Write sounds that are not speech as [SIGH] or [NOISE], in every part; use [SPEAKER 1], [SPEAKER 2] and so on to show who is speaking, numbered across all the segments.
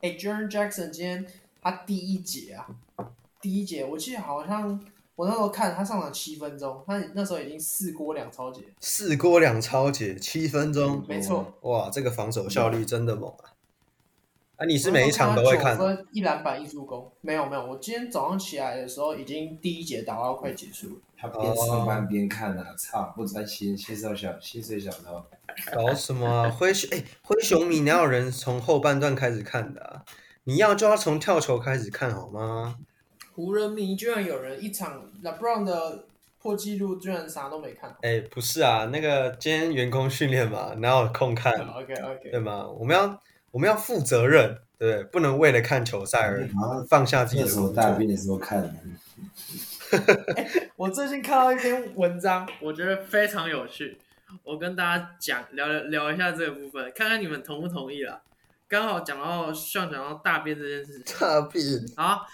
[SPEAKER 1] 哎 j a r e n Jackson 今天他第一节啊，第一节我记得好像我那时候看他上场七分钟，他那时候已经四锅两超节，
[SPEAKER 2] 四锅两超解，七分钟，
[SPEAKER 1] 没错，
[SPEAKER 2] 哇，这个防守效率真的猛啊！啊，你是每一场都会
[SPEAKER 1] 我
[SPEAKER 2] 看
[SPEAKER 1] 那时候他九分一篮板一助攻，没有没有，我今天早上起来的时候已经第一节打到快结束了。
[SPEAKER 3] 他边上班边看啊，操，不专心，新手小薪水小偷。
[SPEAKER 2] 搞什
[SPEAKER 1] [LAUGHS]
[SPEAKER 2] 么啊？灰熊，哎、灰熊迷哪有人从后半段开始看的啊？你要就要从跳球开始看好吗？
[SPEAKER 1] 湖人迷居然有人一场 LeBron 的破纪录，居然啥都没看。
[SPEAKER 2] 哎、不是啊，那个今天员工训练嘛，哪有空看？
[SPEAKER 1] OK OK，
[SPEAKER 2] 对吗？我们要我们要负责任，对不对？不能为了看球赛而
[SPEAKER 3] 然后
[SPEAKER 2] 放下自己
[SPEAKER 3] 厕
[SPEAKER 2] 的
[SPEAKER 3] 所
[SPEAKER 2] 工
[SPEAKER 3] 大
[SPEAKER 2] 作。
[SPEAKER 3] 便的时候看的，
[SPEAKER 1] 我最近看到一篇文章， [LAUGHS] 我觉得非常有趣，我跟大家讲聊聊一下这个部分，看看你们同不同意啦。刚好讲到像讲到大便这件事情，
[SPEAKER 2] 大便。
[SPEAKER 1] 好，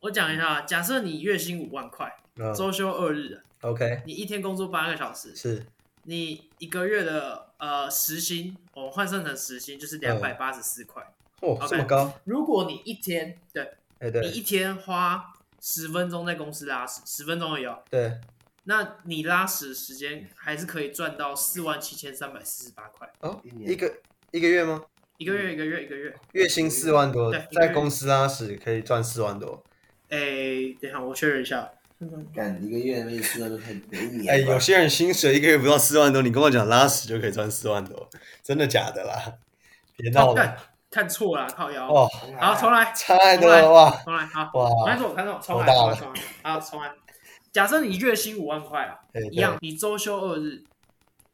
[SPEAKER 1] 我讲一下啊，假设你月薪五万块，
[SPEAKER 2] 嗯
[SPEAKER 1] 周休二日，啊
[SPEAKER 2] ，OK，
[SPEAKER 1] 你一天工作八个小时，
[SPEAKER 2] 是
[SPEAKER 1] 你一个月的呃时薪，我换算成时薪就是两百八十四块。
[SPEAKER 2] 哦，
[SPEAKER 1] OK
[SPEAKER 2] 这么高？
[SPEAKER 1] 如果你一天对
[SPEAKER 2] 哎、
[SPEAKER 1] 你
[SPEAKER 2] 对
[SPEAKER 1] 一天花十分钟在公司拉屎，十分钟而已哦，
[SPEAKER 2] 对，
[SPEAKER 1] 那你拉屎时间还是可以赚到四万七千三百四十八块，
[SPEAKER 2] 哦
[SPEAKER 3] 一，年
[SPEAKER 2] 一个一个月吗？
[SPEAKER 1] 一个月一个月一个月。
[SPEAKER 2] 嗯月薪四万多
[SPEAKER 1] 对一，个月
[SPEAKER 2] 在公司拉屎可以赚四万多。
[SPEAKER 1] 哎、等一下我确认一下，
[SPEAKER 3] 干一个月没吃都太多，一
[SPEAKER 2] 哎、
[SPEAKER 3] 年吧
[SPEAKER 2] 有些人薪水一个月不到四万多，你跟我讲拉屎就可以赚四万多，真的假的啦？别闹
[SPEAKER 1] 哦，
[SPEAKER 2] 了
[SPEAKER 1] 看看错了，靠腰。
[SPEAKER 2] 哦，
[SPEAKER 3] 啊
[SPEAKER 1] 好，重
[SPEAKER 2] [LAUGHS]
[SPEAKER 1] 来，
[SPEAKER 2] 太多了哇
[SPEAKER 1] 重来，好，
[SPEAKER 2] 哇哎
[SPEAKER 1] 看！错，看错，重来，
[SPEAKER 2] 头大
[SPEAKER 1] 重
[SPEAKER 2] 了
[SPEAKER 1] 来，重来，好，重来。假设你月薪五万块啊，
[SPEAKER 2] 哎、
[SPEAKER 1] 一
[SPEAKER 2] 对
[SPEAKER 1] 样，你周休二日，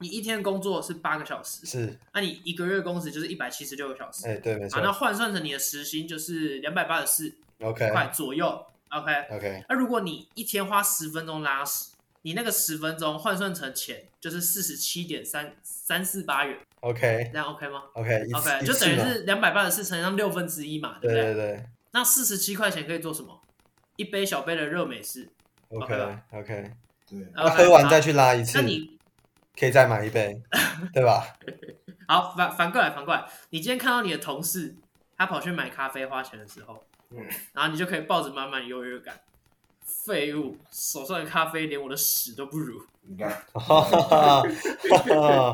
[SPEAKER 1] 你一天工作是八个小时，
[SPEAKER 2] 是
[SPEAKER 1] 那你一个月工时就是一百七十六个小时，
[SPEAKER 2] 哎、对，没
[SPEAKER 1] 啊
[SPEAKER 2] 错，。
[SPEAKER 1] 那换算成你的时薪就是两百八十四
[SPEAKER 2] OK
[SPEAKER 1] 块左右，OK。
[SPEAKER 2] OK，
[SPEAKER 1] 那如果你一天花十分钟拉屎，你那个十分钟换算成钱就是四十七点三三四八元，
[SPEAKER 2] OK
[SPEAKER 1] 这样 OK 吗
[SPEAKER 2] OK，一次
[SPEAKER 1] ？OK，
[SPEAKER 2] 一
[SPEAKER 1] 就
[SPEAKER 2] 次
[SPEAKER 1] 等于
[SPEAKER 2] 嘛
[SPEAKER 1] 是两百八十四乘上六分之一嘛，对
[SPEAKER 2] 对
[SPEAKER 1] 不
[SPEAKER 2] 对对
[SPEAKER 1] 那四十七块钱可以做什么？一杯小杯的热美式，
[SPEAKER 2] ，OK
[SPEAKER 1] OK 吧
[SPEAKER 2] OK，
[SPEAKER 3] 对，
[SPEAKER 2] 那喝完再
[SPEAKER 1] 去。
[SPEAKER 2] 去拉一次
[SPEAKER 1] 那，你
[SPEAKER 2] 可以再买
[SPEAKER 1] [LAUGHS]
[SPEAKER 2] 一杯，对吧？ [LAUGHS]
[SPEAKER 1] 好反反过来反过来，你今天看到你的同事他跑去买咖啡花钱的时候，
[SPEAKER 3] 嗯
[SPEAKER 1] 然后你就可以抱着满满优越感，废物，手上的咖啡连我的屎都不如。
[SPEAKER 3] 你看，
[SPEAKER 2] 哈哈哈哈哈！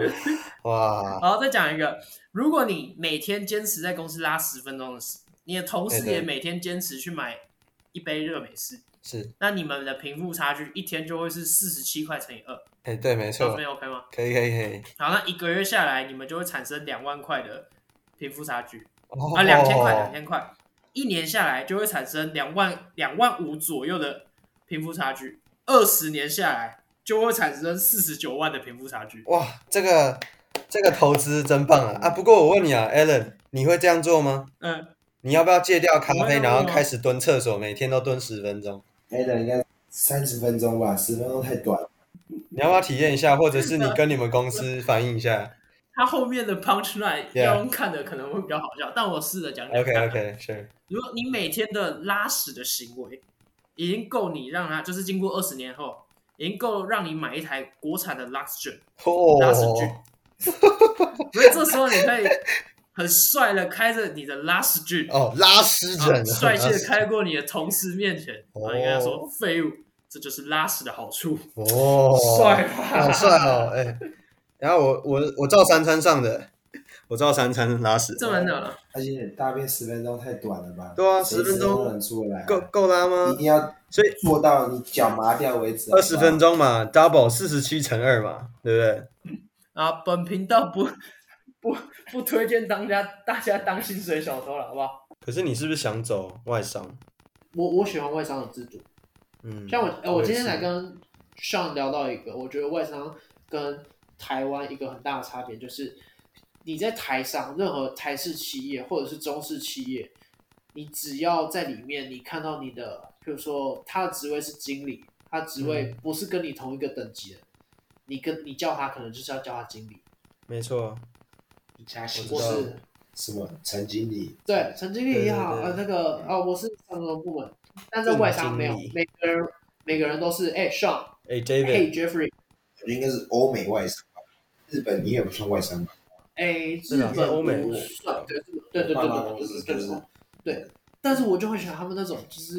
[SPEAKER 2] 哇，
[SPEAKER 1] 好，再讲一个，如果你每天坚持在公司拉十分钟的屎，你的同
[SPEAKER 2] 哎
[SPEAKER 1] 事
[SPEAKER 2] 对
[SPEAKER 1] 也每天坚持去买一杯热美式，
[SPEAKER 2] 是，
[SPEAKER 1] 那你们的贫富差距一天就会是四十七块乘以二，
[SPEAKER 2] 哎、对，没
[SPEAKER 1] 这样
[SPEAKER 2] 错
[SPEAKER 1] 子，OK 吗？
[SPEAKER 2] 可以可以可以。
[SPEAKER 1] 好，那一个月下来，你们就会产生两万块的贫富差距
[SPEAKER 2] 哦
[SPEAKER 1] 啊，两千块，两千块，一年下来就会产生两万两万五左右的贫富差距，二十年下来就会产生四十九万的贫富差距。
[SPEAKER 2] 哇，这个这个投资真棒啊！啊，不过我问你啊，Alan，你会这样做吗？
[SPEAKER 1] 嗯，
[SPEAKER 2] 你要不要戒掉咖
[SPEAKER 1] 我会
[SPEAKER 2] 啡，
[SPEAKER 1] 啊
[SPEAKER 2] 然后
[SPEAKER 1] 我会啊
[SPEAKER 2] 开始蹲厕所，每天都蹲十分钟？
[SPEAKER 3] 哎，等应该三十分钟吧，十分钟太短了。
[SPEAKER 2] 你要不要体验一下，或者是你跟你们公司反映一下
[SPEAKER 1] 他后面的 punch line
[SPEAKER 2] Yeah
[SPEAKER 1] 要用看的可能会比较好笑，但我试着讲讲
[SPEAKER 2] ？OK
[SPEAKER 1] 看啊 [LAUGHS]
[SPEAKER 2] OK，是，
[SPEAKER 1] 如果你每天的拉屎的行为，已经够你让他，就是经过二十年后，已经够让你买一台国产的
[SPEAKER 2] [LAUGHS]
[SPEAKER 1] Luxgen，拉屎
[SPEAKER 2] 哦
[SPEAKER 1] 具，所以这时候你可以很帅的开着你的
[SPEAKER 2] [LAUGHS]
[SPEAKER 1] Luxgen，
[SPEAKER 2] 哦，拉屎
[SPEAKER 1] 然后
[SPEAKER 2] 枕，
[SPEAKER 1] 啊帅气的开过你的同事面前，然
[SPEAKER 2] 哦
[SPEAKER 1] 后你跟他说：“废物，这就是拉屎的好处，
[SPEAKER 2] 哦，
[SPEAKER 1] 帅
[SPEAKER 2] 好
[SPEAKER 1] 吧？”
[SPEAKER 2] 帅哦，哎、然后我我我照三餐上的，我照三餐拉屎，
[SPEAKER 1] 这蛮屌的。
[SPEAKER 3] 而且大便十分钟太短了吧？
[SPEAKER 2] 对啊
[SPEAKER 3] 谁
[SPEAKER 2] 10分钟
[SPEAKER 3] 都能出来啊，
[SPEAKER 2] 够够拉
[SPEAKER 3] 你一
[SPEAKER 2] 吗？
[SPEAKER 3] 定要
[SPEAKER 2] 所以
[SPEAKER 3] 做到你脚麻掉为止。啊
[SPEAKER 2] 二十分
[SPEAKER 3] 钟，
[SPEAKER 2] 钟嘛，double 四十七乘二嘛，对不对？
[SPEAKER 1] 啊，本频道不不不推荐当家大家当薪水小偷了，好不好？
[SPEAKER 2] 可是你是不是想走外商？
[SPEAKER 1] 我我喜欢外商的制度。
[SPEAKER 2] 嗯，
[SPEAKER 1] 像我，呃，我
[SPEAKER 2] 也
[SPEAKER 1] 今天
[SPEAKER 2] 是
[SPEAKER 1] 才跟上聊到一个，我觉得外商跟台湾一个很大的差别就是，你在台商任何台式企业或者是中式企业，你只要在里面，你看到你的，比如说他的职位是经理，他职
[SPEAKER 2] 嗯
[SPEAKER 1] 位不是跟你同一个等级的，你跟你叫他可能就是要叫他经理，
[SPEAKER 2] 没错，
[SPEAKER 3] 加薪
[SPEAKER 2] 我
[SPEAKER 1] 或
[SPEAKER 2] 知道
[SPEAKER 1] 是
[SPEAKER 3] 什么陈经理，
[SPEAKER 1] 对陈经理也好，
[SPEAKER 2] 对对对
[SPEAKER 1] 呃，那个啊、我是上个部门，但在外商没有
[SPEAKER 2] 正经理，
[SPEAKER 1] 每个人每个人都是哎、上，
[SPEAKER 2] 哎
[SPEAKER 1] Sean，Hey
[SPEAKER 2] ，David，
[SPEAKER 1] Jeffrey。
[SPEAKER 3] 应该是欧美外商吧？日本你也不算外商吧？
[SPEAKER 1] 哎，
[SPEAKER 2] 是
[SPEAKER 1] 日
[SPEAKER 2] 啊是
[SPEAKER 1] 本
[SPEAKER 2] 欧美
[SPEAKER 1] 不
[SPEAKER 2] 的
[SPEAKER 1] 算，对对对对
[SPEAKER 3] 慢慢
[SPEAKER 1] 对
[SPEAKER 3] 都是
[SPEAKER 1] 对对
[SPEAKER 3] 就是
[SPEAKER 1] 对，对。但是我就很喜欢他们那种，就是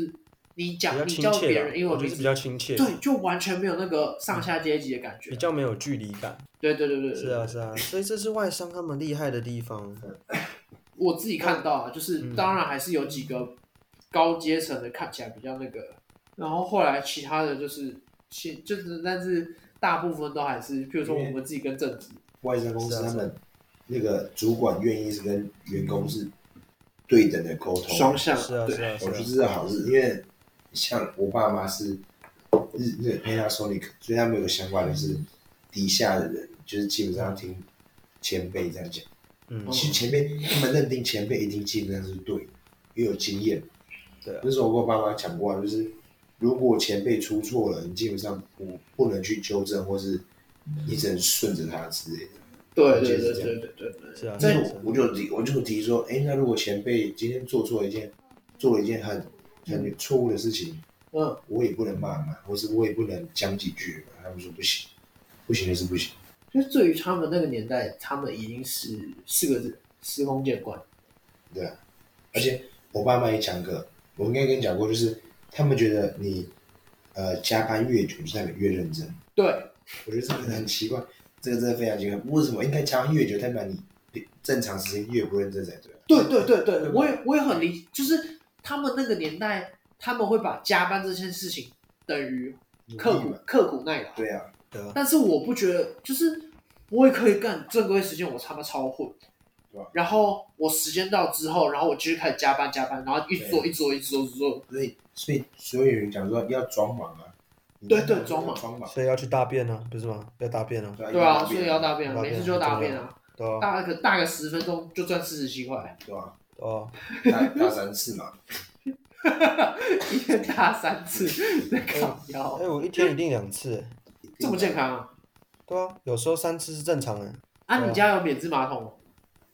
[SPEAKER 1] 你
[SPEAKER 2] 比较
[SPEAKER 1] 讲你
[SPEAKER 2] 亲
[SPEAKER 1] 叫
[SPEAKER 2] 切
[SPEAKER 1] 别
[SPEAKER 2] 啦
[SPEAKER 1] 人英
[SPEAKER 2] 我
[SPEAKER 1] 文
[SPEAKER 2] 觉
[SPEAKER 1] 名
[SPEAKER 2] 得比
[SPEAKER 1] 字，
[SPEAKER 2] 较亲切，
[SPEAKER 1] 对，就完全没有那个上下阶级的感觉
[SPEAKER 2] 比。较没有距离感。
[SPEAKER 1] 对对对对对，
[SPEAKER 2] 是啊，是啊，所以这是外商他们厉害的地方。
[SPEAKER 1] 我自己看到啊，就是
[SPEAKER 2] 嗯
[SPEAKER 1] 当然还是有几个高阶层的看起来比较那个，然后后来其他的就是其就是但是大部分都还是，譬如说我们自己跟政治，
[SPEAKER 4] 外商公
[SPEAKER 2] 是
[SPEAKER 4] 司
[SPEAKER 2] 啊
[SPEAKER 4] 他
[SPEAKER 2] 是啊
[SPEAKER 4] 们那个主管愿意是跟员工是对等的沟通，
[SPEAKER 1] 双向
[SPEAKER 2] 是啊，
[SPEAKER 1] 对
[SPEAKER 2] 是啊，是
[SPEAKER 4] 我
[SPEAKER 2] 啊
[SPEAKER 4] 就。知道好事，因为像我爸妈是日日 Panasonic，所以他们有个想法就是底下的人就是基本上听前辈这样讲，
[SPEAKER 2] 嗯，
[SPEAKER 4] 其实前辈他们认定前辈一定基本上是对，也有经验。
[SPEAKER 2] 对啊
[SPEAKER 4] 那时候我跟我爸妈讲过啊，就是如果前辈出错了，你基本上不不能去纠正，或是你只能顺着他之类的。
[SPEAKER 1] 对对对对对对对，
[SPEAKER 2] 是啊，是
[SPEAKER 4] 所以
[SPEAKER 2] 啊
[SPEAKER 4] 我我就提我就提说，哎、那如果前辈今天做错一件，做了一件很很错误的事情，
[SPEAKER 1] 嗯，
[SPEAKER 4] 我也不能骂嘛，或是我也不能讲几句嘛。他们说不行，不行就是不行。
[SPEAKER 1] 就是对于他们那个年代，他们已经是四个字司空见惯，
[SPEAKER 4] 对啊，而且我爸妈也讲过，我应该跟你讲过，就是他们觉得你呃加班越久，就代表越认真。
[SPEAKER 1] 对
[SPEAKER 4] 我觉得这个很奇怪，这个真的非常奇怪。为什么应该加班越久，代表你正常时间越不认真才对啊？
[SPEAKER 1] 对对对对，
[SPEAKER 4] 对
[SPEAKER 1] 我也我也很理，就是他们那个年代，他们会把加班这件事情等于刻
[SPEAKER 4] 努
[SPEAKER 1] 苦
[SPEAKER 4] 力嘛
[SPEAKER 1] 刻苦耐劳，
[SPEAKER 4] 对啊，
[SPEAKER 2] 对啊，
[SPEAKER 1] 但是我不觉得，就是我也可以干正规时间，我他妈超混
[SPEAKER 4] 对啊。
[SPEAKER 1] 然后我时间到之后，然后我继续开始加班加班，然后一直做一直做一直做一直做，
[SPEAKER 4] 所以所以所有人讲说要装忙啊，
[SPEAKER 1] 对对装忙
[SPEAKER 4] 装忙，
[SPEAKER 2] 所以要去大便啊，不是吗？要大便啊，
[SPEAKER 1] 对啊，所以要大便啊，
[SPEAKER 2] 大
[SPEAKER 1] 每
[SPEAKER 2] 便
[SPEAKER 1] 次就大便啊，
[SPEAKER 2] 对啊，
[SPEAKER 1] 大个大个十分钟就赚四十七块，
[SPEAKER 4] 对啊，
[SPEAKER 2] 对啊，
[SPEAKER 1] [LAUGHS]
[SPEAKER 4] 大大三次嘛，
[SPEAKER 1] 一天大三
[SPEAKER 2] [LAUGHS]
[SPEAKER 1] 次，在搞腰，
[SPEAKER 2] 哎，我一天一定两次，哎
[SPEAKER 1] 这么健康啊？
[SPEAKER 2] 对啊，有时候三次是正常的。
[SPEAKER 1] 啊，
[SPEAKER 2] 对啊
[SPEAKER 1] 你家有免治马桶吗？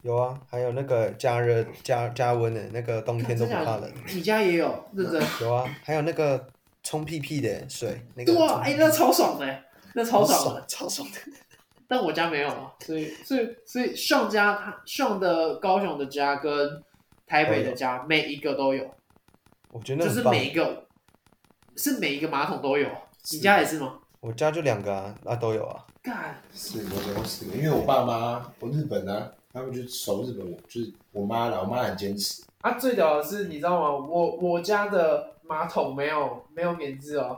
[SPEAKER 2] 有啊，还有那个加热加加温的，那个冬天都不
[SPEAKER 1] 真假
[SPEAKER 2] 怕
[SPEAKER 1] 的
[SPEAKER 2] 冷。
[SPEAKER 1] 你家也有认真？
[SPEAKER 2] 有啊，还有那个冲屁屁的水，那个
[SPEAKER 1] 对啊，
[SPEAKER 2] 冲
[SPEAKER 1] 哎，那超爽的欸，那超爽的。，
[SPEAKER 2] 超爽的。 [LAUGHS]
[SPEAKER 1] 但我家没有啊，所以所以所以上家他上的高雄的家跟台北的家每一个都有，
[SPEAKER 2] 我觉
[SPEAKER 1] 就
[SPEAKER 2] 得那
[SPEAKER 1] 是
[SPEAKER 2] 很棒。
[SPEAKER 1] 每一个是每一个马桶都有，你家也是吗？
[SPEAKER 2] 我家就两个啊，啊都有啊。
[SPEAKER 1] 干，
[SPEAKER 4] 四个都四个，因为我爸妈我日本啊，他们就熟日本，我就是我妈啦，我妈很坚持，
[SPEAKER 1] 啊，最屌的是你知道吗？我我家的马桶没有没有免治哦，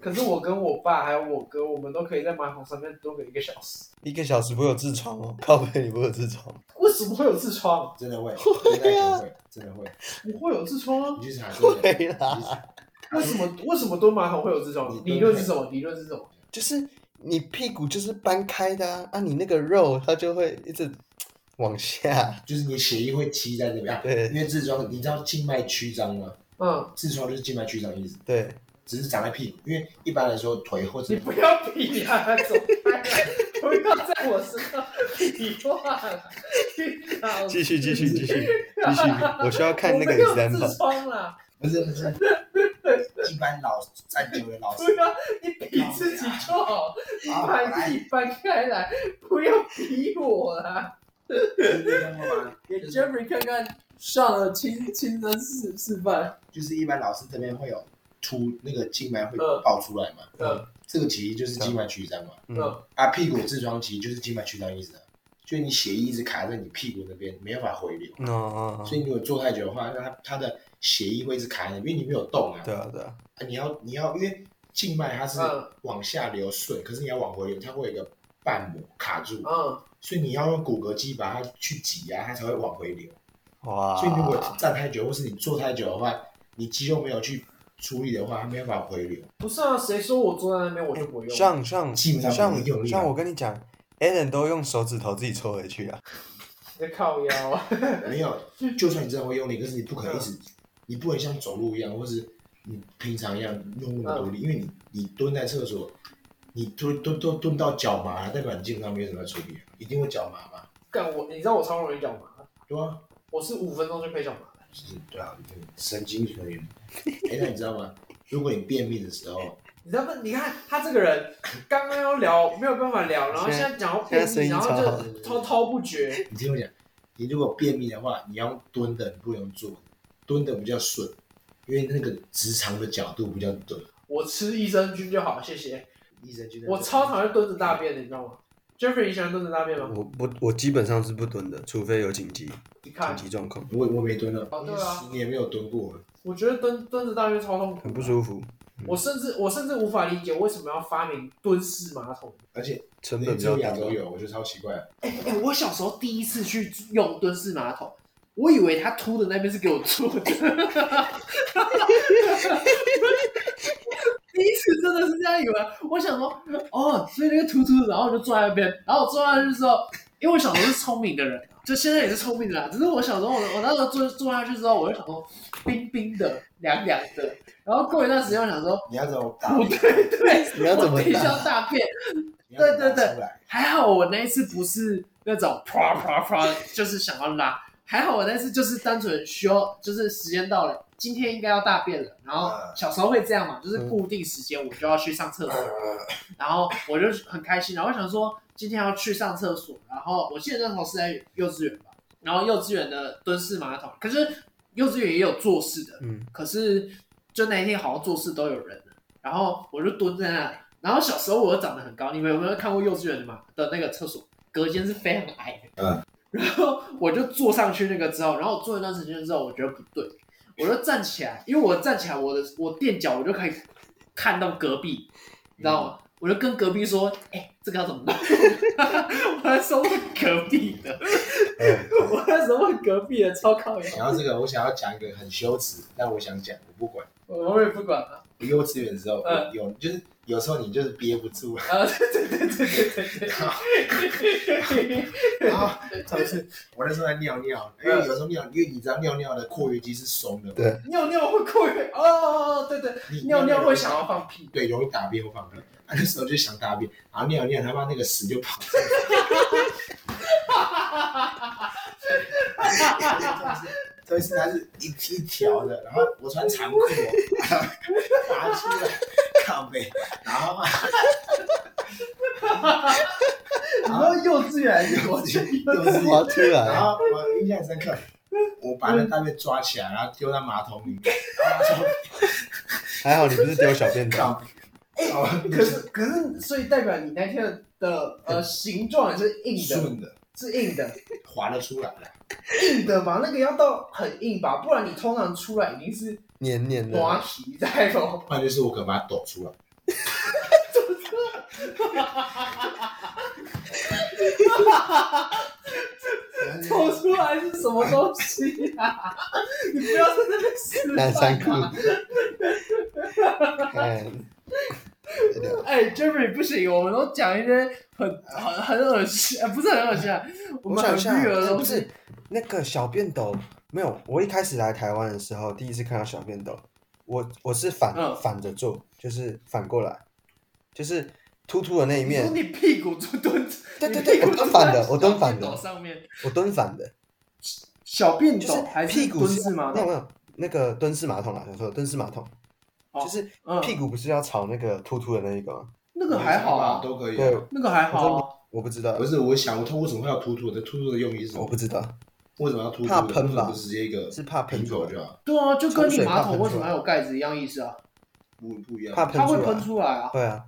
[SPEAKER 1] 可是我跟我爸还有我哥，我们都可以在马桶上面多个一个小时。
[SPEAKER 2] 一个小时不会有痔疮哦， [LAUGHS] 靠背你不会有痔
[SPEAKER 1] [LAUGHS]
[SPEAKER 2] 疮。
[SPEAKER 1] 为什么会有痔疮？
[SPEAKER 4] 真的
[SPEAKER 1] [LAUGHS]
[SPEAKER 4] 会，跟大
[SPEAKER 1] 啊
[SPEAKER 4] 家会，真的会，
[SPEAKER 1] 不会有痔疮啊？
[SPEAKER 4] 你去查真的，
[SPEAKER 2] 对啦
[SPEAKER 4] 你去，查
[SPEAKER 1] 为什么为什么蹲马桶会有痔疮？理论是什么？理论是什么？
[SPEAKER 2] 就是你屁股就是搬开的啊，啊你那个肉它就会一直往下。
[SPEAKER 4] 就是你血液会积在那边啊，
[SPEAKER 2] 对
[SPEAKER 4] 因为痔疮，你知道静脉曲张吗？
[SPEAKER 1] 嗯，
[SPEAKER 4] 痔疮就是静脉曲张的意思，
[SPEAKER 2] 对，
[SPEAKER 4] 只是长在屁股，因为一般来说腿或
[SPEAKER 1] 你
[SPEAKER 4] 者
[SPEAKER 1] 不要比啊，走开啊！不要在我身上比划了，你搞
[SPEAKER 2] 继续继续
[SPEAKER 1] [LAUGHS]
[SPEAKER 2] 继续继续，我需要看那个
[SPEAKER 1] 我没有
[SPEAKER 2] example
[SPEAKER 1] 痔。疮啦，
[SPEAKER 4] 不是不是，一般老站久了
[SPEAKER 1] [LAUGHS]
[SPEAKER 4] 老师
[SPEAKER 1] 不要你比自己就好，
[SPEAKER 4] 啊
[SPEAKER 1] 你
[SPEAKER 3] 啊
[SPEAKER 1] 把自己翻开来，不要比我啦。给 Jeffrey 看看上了亲亲身示示范，
[SPEAKER 4] 就是一般老师这边会有凸那个静脉会
[SPEAKER 1] 嗯
[SPEAKER 4] 爆出来嘛，
[SPEAKER 1] 嗯
[SPEAKER 4] 这个其实就是静脉曲张嘛。
[SPEAKER 2] 嗯，
[SPEAKER 4] 啊，屁股痔疮其实就是静脉曲张意思啊，就你血液一直卡在你屁股那边，没有办法回流。
[SPEAKER 2] 嗯哦哦
[SPEAKER 4] 所以你如果坐太久的话，那它它的血液会一直卡在那边，因为你没有动啊。
[SPEAKER 2] 对啊对啊，
[SPEAKER 4] 啊你要你要因为静脉它是
[SPEAKER 1] 嗯
[SPEAKER 4] 往下流顺，可是你要往回流，它会有一个瓣膜卡住，
[SPEAKER 1] 嗯，
[SPEAKER 4] 所以你要用骨骼肌把它去挤啊压、它才会往回流。
[SPEAKER 2] 哇！
[SPEAKER 4] 所以如果站太久或是你坐太久的话，你肌肉没有去处理的话，它没有办法回流。
[SPEAKER 1] 不是啊，谁说我坐在那边我就不用？
[SPEAKER 2] 像像
[SPEAKER 4] 基本上不会用
[SPEAKER 2] 像
[SPEAKER 4] 力啊
[SPEAKER 2] 像我跟你讲 a l a n 都用手指头自己戳回去啊。
[SPEAKER 1] 你在靠腰啊，
[SPEAKER 4] 没有，就算你真的会用力，可是你不可能一直，你不能像走路一样，或是你平常一样用那么多力，因为你你蹲在厕所，你蹲蹲蹲蹲到脚麻，代表你基本上没有什么处理，一定会脚麻嘛，
[SPEAKER 1] 干我，你知道我超容易脚麻的，
[SPEAKER 4] 对啊，
[SPEAKER 1] 我是五分钟就可以脚麻的。
[SPEAKER 3] 嗯
[SPEAKER 4] 就是对啊，神经可以。哎，那你知道吗？如果你便秘的时候，
[SPEAKER 3] 你知道不？你看他这个人，刚刚要聊没有办法聊，然后现
[SPEAKER 2] 现在
[SPEAKER 3] 在讲到
[SPEAKER 2] 现在
[SPEAKER 3] 便
[SPEAKER 2] 声
[SPEAKER 3] 秘，
[SPEAKER 2] 音
[SPEAKER 3] 然
[SPEAKER 2] 超
[SPEAKER 3] 后
[SPEAKER 2] 好
[SPEAKER 3] 就滔滔不绝。
[SPEAKER 4] 你听我讲，你如果便秘的话，你要用蹲的，你不能用坐的，蹲的比较顺，因为那个直肠的角度比较对。
[SPEAKER 3] 我吃益生菌就好，谢谢。
[SPEAKER 4] 益生菌，
[SPEAKER 3] 我超讨厌蹲着大便的，你知道吗？Jeffrey，你喜欢蹲着大便吗？
[SPEAKER 2] 我我我基本上是不蹲的，除非有紧急
[SPEAKER 3] 你看
[SPEAKER 4] 啊
[SPEAKER 2] 紧，急状况，
[SPEAKER 4] 我我没蹲了，
[SPEAKER 3] 哦对啊
[SPEAKER 4] 十年没有蹲过了。
[SPEAKER 3] 我觉得蹲蹲着大便超痛苦，
[SPEAKER 2] 很不舒服，
[SPEAKER 3] 我甚至我甚至无法理解为什么要发明蹲式马桶。
[SPEAKER 4] 而且
[SPEAKER 2] 成本比
[SPEAKER 4] 只
[SPEAKER 2] 较
[SPEAKER 4] 有亚
[SPEAKER 2] 高。
[SPEAKER 4] 洲有，我觉得超奇怪。啊
[SPEAKER 3] 哎、哎、我小时候第一次去用蹲式马桶，我以为他凸的那边是给我坐的， [LAUGHS] 第一次真的是这样以为。我想说，哦，所以那个凸凸的，然后我就坐在那边，然后我坐下去之后，因为我小时候是聪明的人，啊就现在也是聪明的啦，只是我小时候我我那时候坐坐下去之后，我就想说冰冰的、凉凉的，然后过一段时间我想说，
[SPEAKER 4] 你要怎么打？
[SPEAKER 3] 不对对，
[SPEAKER 2] 你要怎
[SPEAKER 3] 我
[SPEAKER 2] 么
[SPEAKER 3] 必须要
[SPEAKER 2] 打？
[SPEAKER 3] 大便。
[SPEAKER 4] 你要怎么
[SPEAKER 3] 对对对
[SPEAKER 4] 打出来，
[SPEAKER 3] 还好我那一次不是那种啪啪啪，就是想要拉。还好我那次就是单纯需要，就是时间到了，今天应该要大便了。然后小时候会这样嘛，就是固定时间我就要去上厕所，然后我就很开心，然后我想说今天要去上厕所。然后我记得那时候是在幼稚园吧，然后幼稚园的蹲式马桶，可是幼稚园也有坐式的，
[SPEAKER 2] [LAUGHS] 嗯，
[SPEAKER 3] 可是就那一天好像做事都有人了，然后我就蹲在那里。然后小时候我又长得很高，你们有没有看过幼稚园的嘛的那个厕所隔间是非常矮的？
[SPEAKER 4] 嗯。
[SPEAKER 3] 然后我就坐上去那个之后，然后我坐一段时间之后，我觉得不对，我就站起来，因为我站起来，我的我垫脚，我就可以看到隔壁，你知道吗？我就跟隔壁说：“哎、这个要怎么弄？” [LAUGHS] 我还说问隔壁的，我还说问隔壁的，超靠谱。
[SPEAKER 4] 然后这个我想要讲一个很羞耻，但我想讲，我不管。
[SPEAKER 3] 我也不管了。
[SPEAKER 4] 幼稚园的时候
[SPEAKER 3] 嗯
[SPEAKER 4] 有，就是有时候你就是憋不住，
[SPEAKER 3] 啊，对对对对对对对。
[SPEAKER 4] 然后总是我那时候在尿尿，因
[SPEAKER 3] 嗯
[SPEAKER 4] 为有时候尿，因为你知道尿尿的括约肌是松的嘛，
[SPEAKER 2] 对
[SPEAKER 3] 尿尿会过于哦哦，哦对对，
[SPEAKER 4] 你
[SPEAKER 3] 尿尿会想要放屁。
[SPEAKER 4] 对，容易打便或放屁。啊，那时候就想大便，然后尿一尿，他妈那个屎就跑出来。这次它是一一条的，然后我穿长裤，拿出来靠背，然后
[SPEAKER 3] 然后幼稚园
[SPEAKER 4] 我去幼稚园
[SPEAKER 2] 滑出
[SPEAKER 4] 然
[SPEAKER 2] 来，啊
[SPEAKER 4] 后我印象深刻，我把那大便抓起来，然后丢到马桶里面，然后他说
[SPEAKER 2] 还好你不是丢小便
[SPEAKER 4] 搞
[SPEAKER 2] 斗，
[SPEAKER 3] 可是可是，所以代表你那天的呃形状也是硬的，
[SPEAKER 4] 顺的
[SPEAKER 3] 是硬的，
[SPEAKER 4] 滑了出来了，
[SPEAKER 3] [LAUGHS] 硬的嘛，那个要到很硬吧，不然你通常出来已经是
[SPEAKER 2] 黏黏的，
[SPEAKER 3] 瓜皮在咯。
[SPEAKER 4] 不然就是我可能把它抖出来。
[SPEAKER 3] [LAUGHS] 吐出来是什么东西啊？ [LAUGHS] 你不要在那边示
[SPEAKER 2] [LAUGHS]
[SPEAKER 3] 范啊
[SPEAKER 2] 南山
[SPEAKER 3] 嘛
[SPEAKER 4] [LAUGHS]
[SPEAKER 2] 裤。看，
[SPEAKER 3] [LAUGHS]
[SPEAKER 2] 啊
[SPEAKER 3] 哎，Jeffrey 不行，我们都讲一些很很很恶心，呃不是很恶心啊，
[SPEAKER 2] 我
[SPEAKER 3] 我们
[SPEAKER 2] 想
[SPEAKER 3] 很
[SPEAKER 2] 一下哎
[SPEAKER 3] 育儿的，
[SPEAKER 2] 不
[SPEAKER 3] 东西。
[SPEAKER 2] 是那个小便斗，没有。我一开始来台湾的时候，第一次看到小便斗，我我是反、
[SPEAKER 3] 嗯
[SPEAKER 2] 反着坐，就是反过来，就是凸凸的那一
[SPEAKER 3] 你说
[SPEAKER 2] 面，
[SPEAKER 3] 你屁股就蹲， [LAUGHS]
[SPEAKER 2] 对
[SPEAKER 3] 你
[SPEAKER 2] 对对
[SPEAKER 3] 屁股
[SPEAKER 2] 我蹲反的
[SPEAKER 3] 就在
[SPEAKER 2] 我蹲反的
[SPEAKER 3] 小便斗上面
[SPEAKER 2] 我蹲反的，
[SPEAKER 3] 小便
[SPEAKER 2] 就是
[SPEAKER 3] 斗还
[SPEAKER 2] 屁股
[SPEAKER 3] 蹲式吗？
[SPEAKER 2] 没有没有，那个蹲式马桶啦，想说的蹲式马桶，
[SPEAKER 3] 哦
[SPEAKER 2] 就是
[SPEAKER 3] 嗯
[SPEAKER 2] 屁股不是要朝那个凸凸的那一个吗？
[SPEAKER 3] 那个还好啊，
[SPEAKER 4] 都可以啊。
[SPEAKER 2] 对，
[SPEAKER 3] 那个还好啊。
[SPEAKER 2] 我不知道
[SPEAKER 4] 不，是，我想我它为什么会要突突的？突突的用意是什
[SPEAKER 2] 我
[SPEAKER 4] 么
[SPEAKER 2] 不？知道，
[SPEAKER 4] 为什么要突突的？
[SPEAKER 2] 怕喷吧
[SPEAKER 4] 为什么不是直接一个
[SPEAKER 2] 是怕喷
[SPEAKER 4] 瓶
[SPEAKER 2] 出
[SPEAKER 4] 口
[SPEAKER 2] 来
[SPEAKER 4] 就好，
[SPEAKER 3] 对啊，就跟
[SPEAKER 2] 冲
[SPEAKER 3] 你
[SPEAKER 2] 水
[SPEAKER 3] 马
[SPEAKER 2] 怕
[SPEAKER 3] 桶
[SPEAKER 2] 喷
[SPEAKER 3] 为什
[SPEAKER 2] 出
[SPEAKER 3] 么
[SPEAKER 2] 来
[SPEAKER 3] 要有盖子一样意思啊，
[SPEAKER 4] 不不一样。
[SPEAKER 2] 怕
[SPEAKER 3] 它
[SPEAKER 2] 喷
[SPEAKER 3] 会
[SPEAKER 2] 出
[SPEAKER 3] 喷
[SPEAKER 2] 来，
[SPEAKER 3] 出来啊。
[SPEAKER 2] 对啊，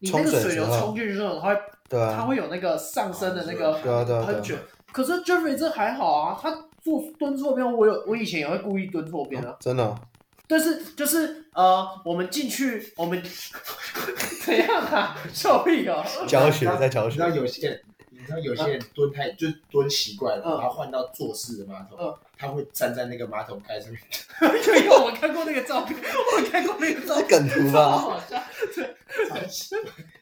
[SPEAKER 3] 你那个
[SPEAKER 2] 冲水的
[SPEAKER 3] 水流
[SPEAKER 2] 时候
[SPEAKER 3] 冲进去之后，它会
[SPEAKER 2] 对
[SPEAKER 3] 它
[SPEAKER 2] 啊，
[SPEAKER 3] 会有那个上升的那个
[SPEAKER 2] 对啊对啊对啊
[SPEAKER 3] 喷泉。可是 Jeffrey 这还好啊，他坐蹲错边，我有我以前也会故意蹲错边啊。
[SPEAKER 2] 真的
[SPEAKER 3] [LAUGHS]
[SPEAKER 2] 哦、
[SPEAKER 3] 但是就是呃，我们进去，我们 [LAUGHS] 怎样啊？臭屁 [LAUGHS] 哦！
[SPEAKER 2] 教学在教
[SPEAKER 4] 你知
[SPEAKER 2] 学
[SPEAKER 4] 道，有些人，你知道有些人蹲太就蹲习惯了，
[SPEAKER 3] 嗯
[SPEAKER 4] 然后换到坐式的马桶
[SPEAKER 3] 嗯，
[SPEAKER 4] 他会站在那个马桶盖上面。
[SPEAKER 3] 有有，我看过那个照片，我看过那个照
[SPEAKER 2] 是
[SPEAKER 3] 片，
[SPEAKER 2] 梗图
[SPEAKER 3] 超
[SPEAKER 2] 吧？
[SPEAKER 3] [LAUGHS] 好笑。对，
[SPEAKER 4] [LAUGHS]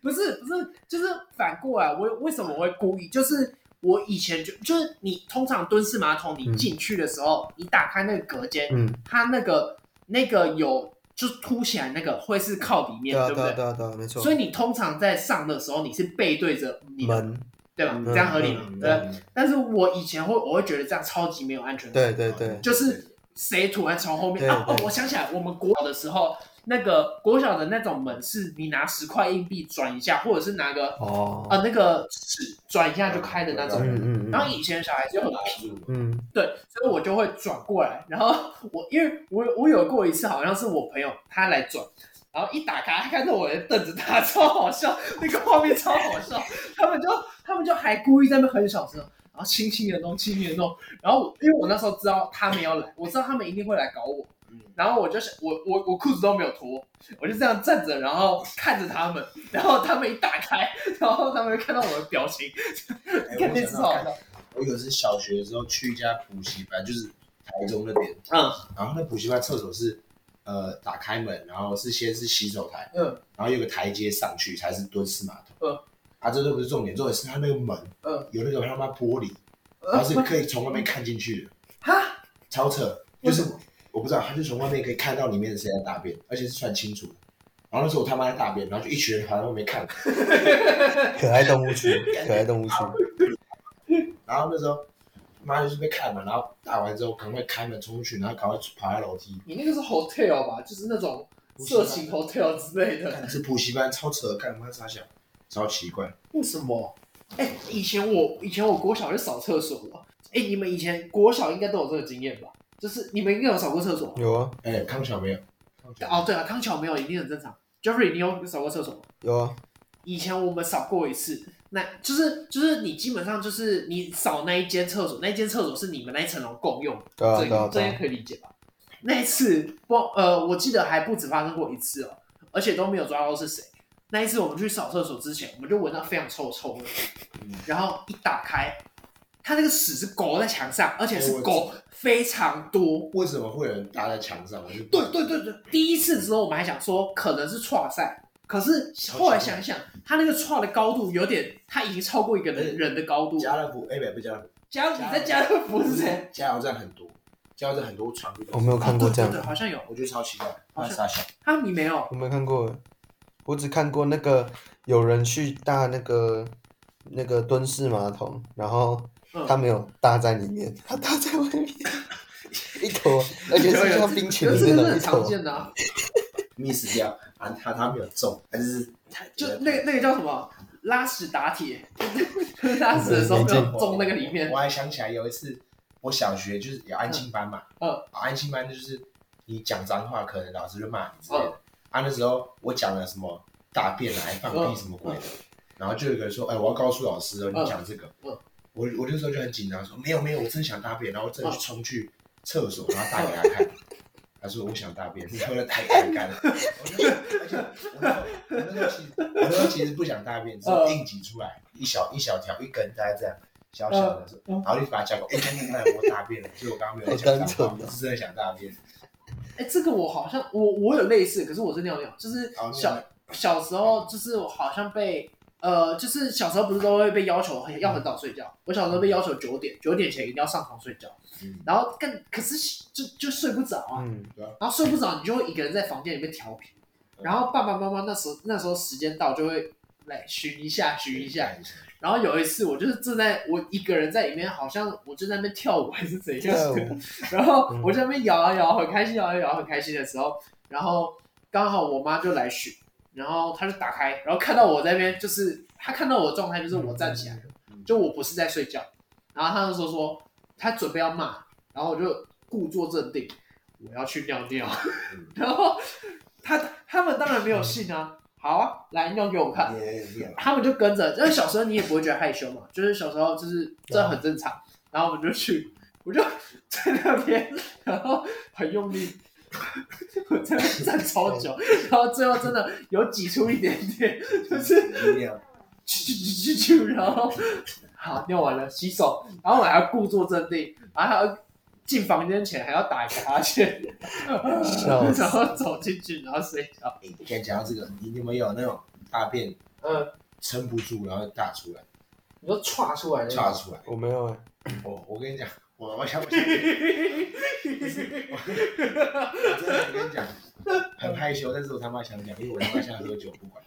[SPEAKER 3] 不是不是，就是反过来，我为什么我会故意？就是我以前就就是你通常蹲式马桶，你
[SPEAKER 2] 嗯
[SPEAKER 3] 进去的时候，你打开那个隔间，
[SPEAKER 2] 嗯，
[SPEAKER 3] 它那个那个有就是凸起来那个会是靠里面，
[SPEAKER 2] 对啊
[SPEAKER 3] 不
[SPEAKER 2] 对啊对
[SPEAKER 3] 对？
[SPEAKER 2] 啊对啊，没错
[SPEAKER 3] 所，以你通常在上的时候，你是背对着你的，
[SPEAKER 2] 门，
[SPEAKER 3] 对啊吧？这样合理吗？
[SPEAKER 4] 嗯
[SPEAKER 3] 对。但是我以前会，我会觉得这样超级没有安全感。
[SPEAKER 2] 对对对。
[SPEAKER 3] 就是谁突然从后面
[SPEAKER 2] 对
[SPEAKER 3] 啊？哦，
[SPEAKER 2] 对
[SPEAKER 3] 我想起来，我们国小的时候，那个国小的那种门是你拿十块硬币转一下，或者是拿个
[SPEAKER 2] 哦，
[SPEAKER 3] 呃那个尺转一下就开的那种。
[SPEAKER 2] 嗯嗯
[SPEAKER 3] 然后
[SPEAKER 2] 嗯
[SPEAKER 3] 以前小孩就很
[SPEAKER 5] 拉住，
[SPEAKER 2] 嗯，
[SPEAKER 3] 对，所以我就会转过来。然后我因为我我有过一次，好像是我朋友他来转，然后一打开，他看到我在瞪着 [LAUGHS] 他，超好笑，那个画面超好笑。他们就他们就还故意在那边很小声，然后轻轻的弄，轻轻的弄。然后我因为我那时候知道他们要来，我知道他们一定会来搞我
[SPEAKER 5] 嗯。
[SPEAKER 3] 然后我就想，我我我裤子都没有脱，我就这样站着，然后看着他们，然后他们一打开，然后他们就看到我的表情，
[SPEAKER 4] 哎
[SPEAKER 3] 肯
[SPEAKER 4] 我
[SPEAKER 3] 定
[SPEAKER 4] 想
[SPEAKER 3] 是
[SPEAKER 4] 到
[SPEAKER 3] 好笑。
[SPEAKER 4] 我有一次小学的时候去一家补习班，就是台中那边，
[SPEAKER 3] 嗯
[SPEAKER 4] 然后那补习班厕所是呃打开门，然后是先是洗手台，
[SPEAKER 3] 嗯
[SPEAKER 4] 然后有个台阶上去才是蹲式马桶。
[SPEAKER 3] 嗯，
[SPEAKER 4] 啊，这都不是重点，重点是它那个门，
[SPEAKER 3] 嗯，
[SPEAKER 4] 有那个他妈玻璃，然后是
[SPEAKER 3] 呃，
[SPEAKER 4] 可以从外面看进去的，
[SPEAKER 3] 哈，
[SPEAKER 4] 超扯，就是我不知道，他就从外面可以看到里面的谁在大便，而且是算清楚的。然后那时候我他妈在大便，然后就一群人跑在外面看，
[SPEAKER 2] 可爱动物区，可爱动物区，
[SPEAKER 4] 然后那时候妈就是被看嘛，然后打完之后赶快开门冲出去，然后赶快跑下楼梯，
[SPEAKER 3] 你那个是 hotel 吧？就是那种色情 hotel 之类的。
[SPEAKER 4] 看是补习班超扯，干嘛傻小，超奇怪。
[SPEAKER 3] 为什么？哎、以前我以前我国小就扫厕所了。哎、你们以前国小应该都有这个经验吧？就是你们应该有扫过厕所吧。
[SPEAKER 2] 有啊
[SPEAKER 4] 哎、康桥没有，康桥
[SPEAKER 3] 哦，对啊，康桥没有，一定很正常。Jeffrey，你有扫过厕所吗？
[SPEAKER 2] 有啊，
[SPEAKER 3] 以前我们扫过一次，那就是就是你基本上就是你扫那一间厕所，那一间厕所是你们那一层楼共用的，
[SPEAKER 2] 对啊
[SPEAKER 3] 这
[SPEAKER 2] 对啊
[SPEAKER 3] 这
[SPEAKER 2] 对
[SPEAKER 3] 应该
[SPEAKER 2] 啊，
[SPEAKER 3] 可以理解吧？那一次不呃，我记得还不止发生过一次哦，而且都没有抓到是谁。那一次我们去扫厕所之前，我们就闻到非常臭的臭味，
[SPEAKER 2] 嗯
[SPEAKER 3] 然后一打开，它那个屎是狗在墙上，而且
[SPEAKER 4] 哎
[SPEAKER 2] 哦
[SPEAKER 3] 是
[SPEAKER 4] 我
[SPEAKER 3] 狗非常多。
[SPEAKER 4] 为什么会有人搭在墙上？我就
[SPEAKER 3] 对对对对，第一次之后我们还想说可能是串赛，可是后来想一想，它那个串的高度有点，它已经超过一个
[SPEAKER 2] 呃
[SPEAKER 3] 人人的高度。
[SPEAKER 4] 家乐福哎，不、不是家乐福，
[SPEAKER 3] 加你在家乐福是谁？
[SPEAKER 4] 加油站很多，加油站很多传不
[SPEAKER 2] 我没有看过这样
[SPEAKER 3] 哦对对对，
[SPEAKER 2] 的，
[SPEAKER 3] 好像有
[SPEAKER 4] 我觉得超奇怪，他傻小，
[SPEAKER 3] 啊，你没有
[SPEAKER 2] 我没有看过，我只看过那个有人去搭那个那个蹲式马桶，然后
[SPEAKER 3] 嗯
[SPEAKER 2] 他没有搭在里面，他搭在外面。一坨，而且是像冰淇
[SPEAKER 3] 可
[SPEAKER 2] 淋
[SPEAKER 3] 是这
[SPEAKER 2] 那种
[SPEAKER 3] 个是
[SPEAKER 2] 一
[SPEAKER 3] 很常
[SPEAKER 2] 坨，
[SPEAKER 3] 见的、啊，
[SPEAKER 4] miss 掉，啊他他没有中，还是他
[SPEAKER 3] 就那个那个叫什么拉屎打铁，就是 [LAUGHS] 拉屎的时候
[SPEAKER 2] 没
[SPEAKER 3] 不
[SPEAKER 2] 见
[SPEAKER 3] 要中那个里面
[SPEAKER 4] 我。还想起来有一次，我小学就是有安亲班嘛，
[SPEAKER 3] 嗯
[SPEAKER 4] 啊安亲班就是你讲脏话，可能老师就骂你之类的。
[SPEAKER 3] 嗯
[SPEAKER 4] 啊，那时候我讲了什么大便啊，还放
[SPEAKER 3] 嗯
[SPEAKER 4] 屁什么鬼的，然后就有一个人说，哎，我要告诉老师哦，
[SPEAKER 3] 嗯
[SPEAKER 4] 你讲这个。
[SPEAKER 3] 嗯
[SPEAKER 4] 我我那时候就很紧张，说没有没有，我真的想大便，然后真的
[SPEAKER 3] 哦
[SPEAKER 4] 去冲去厕所，然后打给他看。他说我想大便，然后就打给他看了。我就而且我那时候我那时候其实我那时候其实不想大便，是
[SPEAKER 3] 嗯
[SPEAKER 4] 硬挤出来一小一小条一根，大概这样。小小的，
[SPEAKER 3] 嗯嗯
[SPEAKER 4] 然后就把它夹过，哎，看看看，我大便了，所以我刚刚没有
[SPEAKER 2] 好
[SPEAKER 4] 讲
[SPEAKER 2] 单
[SPEAKER 4] 脏
[SPEAKER 2] 纯
[SPEAKER 4] 话，
[SPEAKER 2] 哦
[SPEAKER 4] 我是真的想大便。
[SPEAKER 3] 哎、这个我好像我我有类似，可是我是尿尿，就是
[SPEAKER 4] 哦
[SPEAKER 3] 小、
[SPEAKER 4] 尿尿
[SPEAKER 3] 小时候就是我好像被呃，就是小时候不是都会被要求很要很早睡觉，我小时候被要求九点九点前一定要上床睡觉，
[SPEAKER 4] 嗯
[SPEAKER 3] 然后更可是就就睡不着啊，
[SPEAKER 2] 嗯，
[SPEAKER 3] 然后睡不着你就会一个人在房间里面调皮，
[SPEAKER 4] 嗯
[SPEAKER 3] 然后爸爸妈妈那时候那时候时间到就会来巡一下巡一
[SPEAKER 4] 哎
[SPEAKER 3] 下，然后有一次我就是正在我一个人在里面，好像我就在那边跳舞还是怎样
[SPEAKER 2] 跳舞，
[SPEAKER 3] [LAUGHS]
[SPEAKER 2] 嗯
[SPEAKER 3] 然后我就在那边摇啊摇，很开心摇啊摇，很开心的时候，然后刚好我妈就来巡，然后她就打开，然后看到我在那边，就是她看到我的状态就是我站起来了
[SPEAKER 4] 嗯
[SPEAKER 3] 就我不是在睡觉，然后她就说说她准备要骂，然后我就故作镇定，我要去尿尿， [LAUGHS] 然后她他们当然没有信啊，好啊，来尿给我看，
[SPEAKER 4] 耶，
[SPEAKER 3] 他们就跟着，因为小时候你也不会觉得害羞嘛， [LAUGHS] 就是小时候就是
[SPEAKER 2] 对
[SPEAKER 3] 这
[SPEAKER 2] 啊
[SPEAKER 3] 很正常。然后我们就去，我就 [LAUGHS] 在那边，然后很用力，我在那边站超 [LAUGHS] 久，然后最后真的有挤出一点点， [LAUGHS] 就是去去去去去，然后好尿完了洗手，然后我还要故作镇定，然后还要进房间前还要打一个哈欠，
[SPEAKER 2] 笑死
[SPEAKER 3] 然后走进去，然后睡觉。
[SPEAKER 4] 哎你刚才讲到这个，你有没有那种大便
[SPEAKER 3] 嗯，
[SPEAKER 4] 撑不住，然后大出来，
[SPEAKER 3] 你说歘出来
[SPEAKER 4] 岔出来？
[SPEAKER 2] 我没有哎，
[SPEAKER 4] 哦我我跟
[SPEAKER 3] [LAUGHS]
[SPEAKER 4] 你讲，我我想我想，不是我我真的我跟你讲，很害羞，但是我他妈想讲，因为我他妈想喝酒
[SPEAKER 3] [LAUGHS]
[SPEAKER 4] 不管。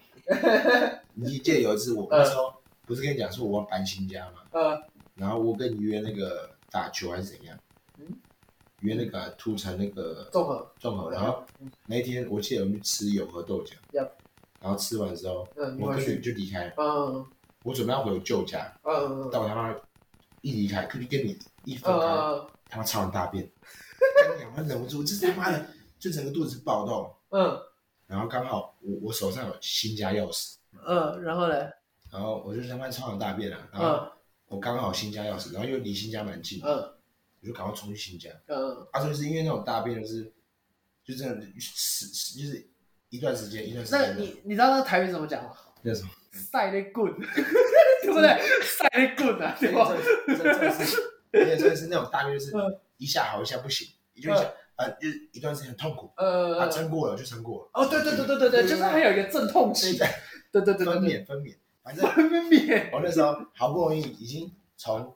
[SPEAKER 4] 你记得有一次
[SPEAKER 3] 嗯
[SPEAKER 4] 我那时候不是跟你讲说我要搬新家吗？
[SPEAKER 3] 呃，
[SPEAKER 4] 然后我跟你约那个打球还是怎样
[SPEAKER 3] 嗯？
[SPEAKER 4] 约那个啊土城那个
[SPEAKER 3] 综合，嗯
[SPEAKER 4] 综合，然后那一天我记得我们去吃永和豆浆
[SPEAKER 3] Yep，
[SPEAKER 4] 然后吃完之后，
[SPEAKER 3] 嗯，你
[SPEAKER 4] 我
[SPEAKER 3] 回
[SPEAKER 4] 跟你
[SPEAKER 3] 去，
[SPEAKER 4] 就离开了，
[SPEAKER 3] 嗯
[SPEAKER 4] 我准备要回舅家，
[SPEAKER 3] 嗯嗯嗯
[SPEAKER 4] 但我他妈一离开，就跟你一分开，
[SPEAKER 3] 嗯
[SPEAKER 4] 他妈超完大
[SPEAKER 3] [LAUGHS]
[SPEAKER 4] 便，干你娘我忍不住，这他妈的就整个肚子暴动，
[SPEAKER 3] 嗯
[SPEAKER 4] 然后刚好我我手上有新家钥匙，
[SPEAKER 3] 嗯，然后嘞，
[SPEAKER 4] 然后我就他妈超完大便了，然后
[SPEAKER 3] 嗯
[SPEAKER 4] 我刚好新家钥匙，然后又离新家蛮近，
[SPEAKER 3] 嗯
[SPEAKER 4] 我就赶快冲去新家，
[SPEAKER 3] 嗯
[SPEAKER 4] 啊，就是因为那种大便就是就真的是是就是一段时间一段时
[SPEAKER 3] 那
[SPEAKER 4] 间的，
[SPEAKER 3] 你你知道那台语怎么讲吗？
[SPEAKER 4] 那什么，
[SPEAKER 3] 赛的 [LAUGHS] 棍，对不对？赛的棍啊，对吧？
[SPEAKER 4] 真的是，真的是那种大便就是
[SPEAKER 3] 嗯
[SPEAKER 4] 一下好一下不行，就一下啊就是一段时间很痛苦。啊，
[SPEAKER 3] 呃，
[SPEAKER 4] 撑过了就撑过了，
[SPEAKER 3] 哦，对对对对对对，就是还有一个阵痛期，对对对对
[SPEAKER 4] 分
[SPEAKER 3] 对，
[SPEAKER 4] 娩分娩，反正
[SPEAKER 3] 分娩，
[SPEAKER 4] 我那时候好不容易已经从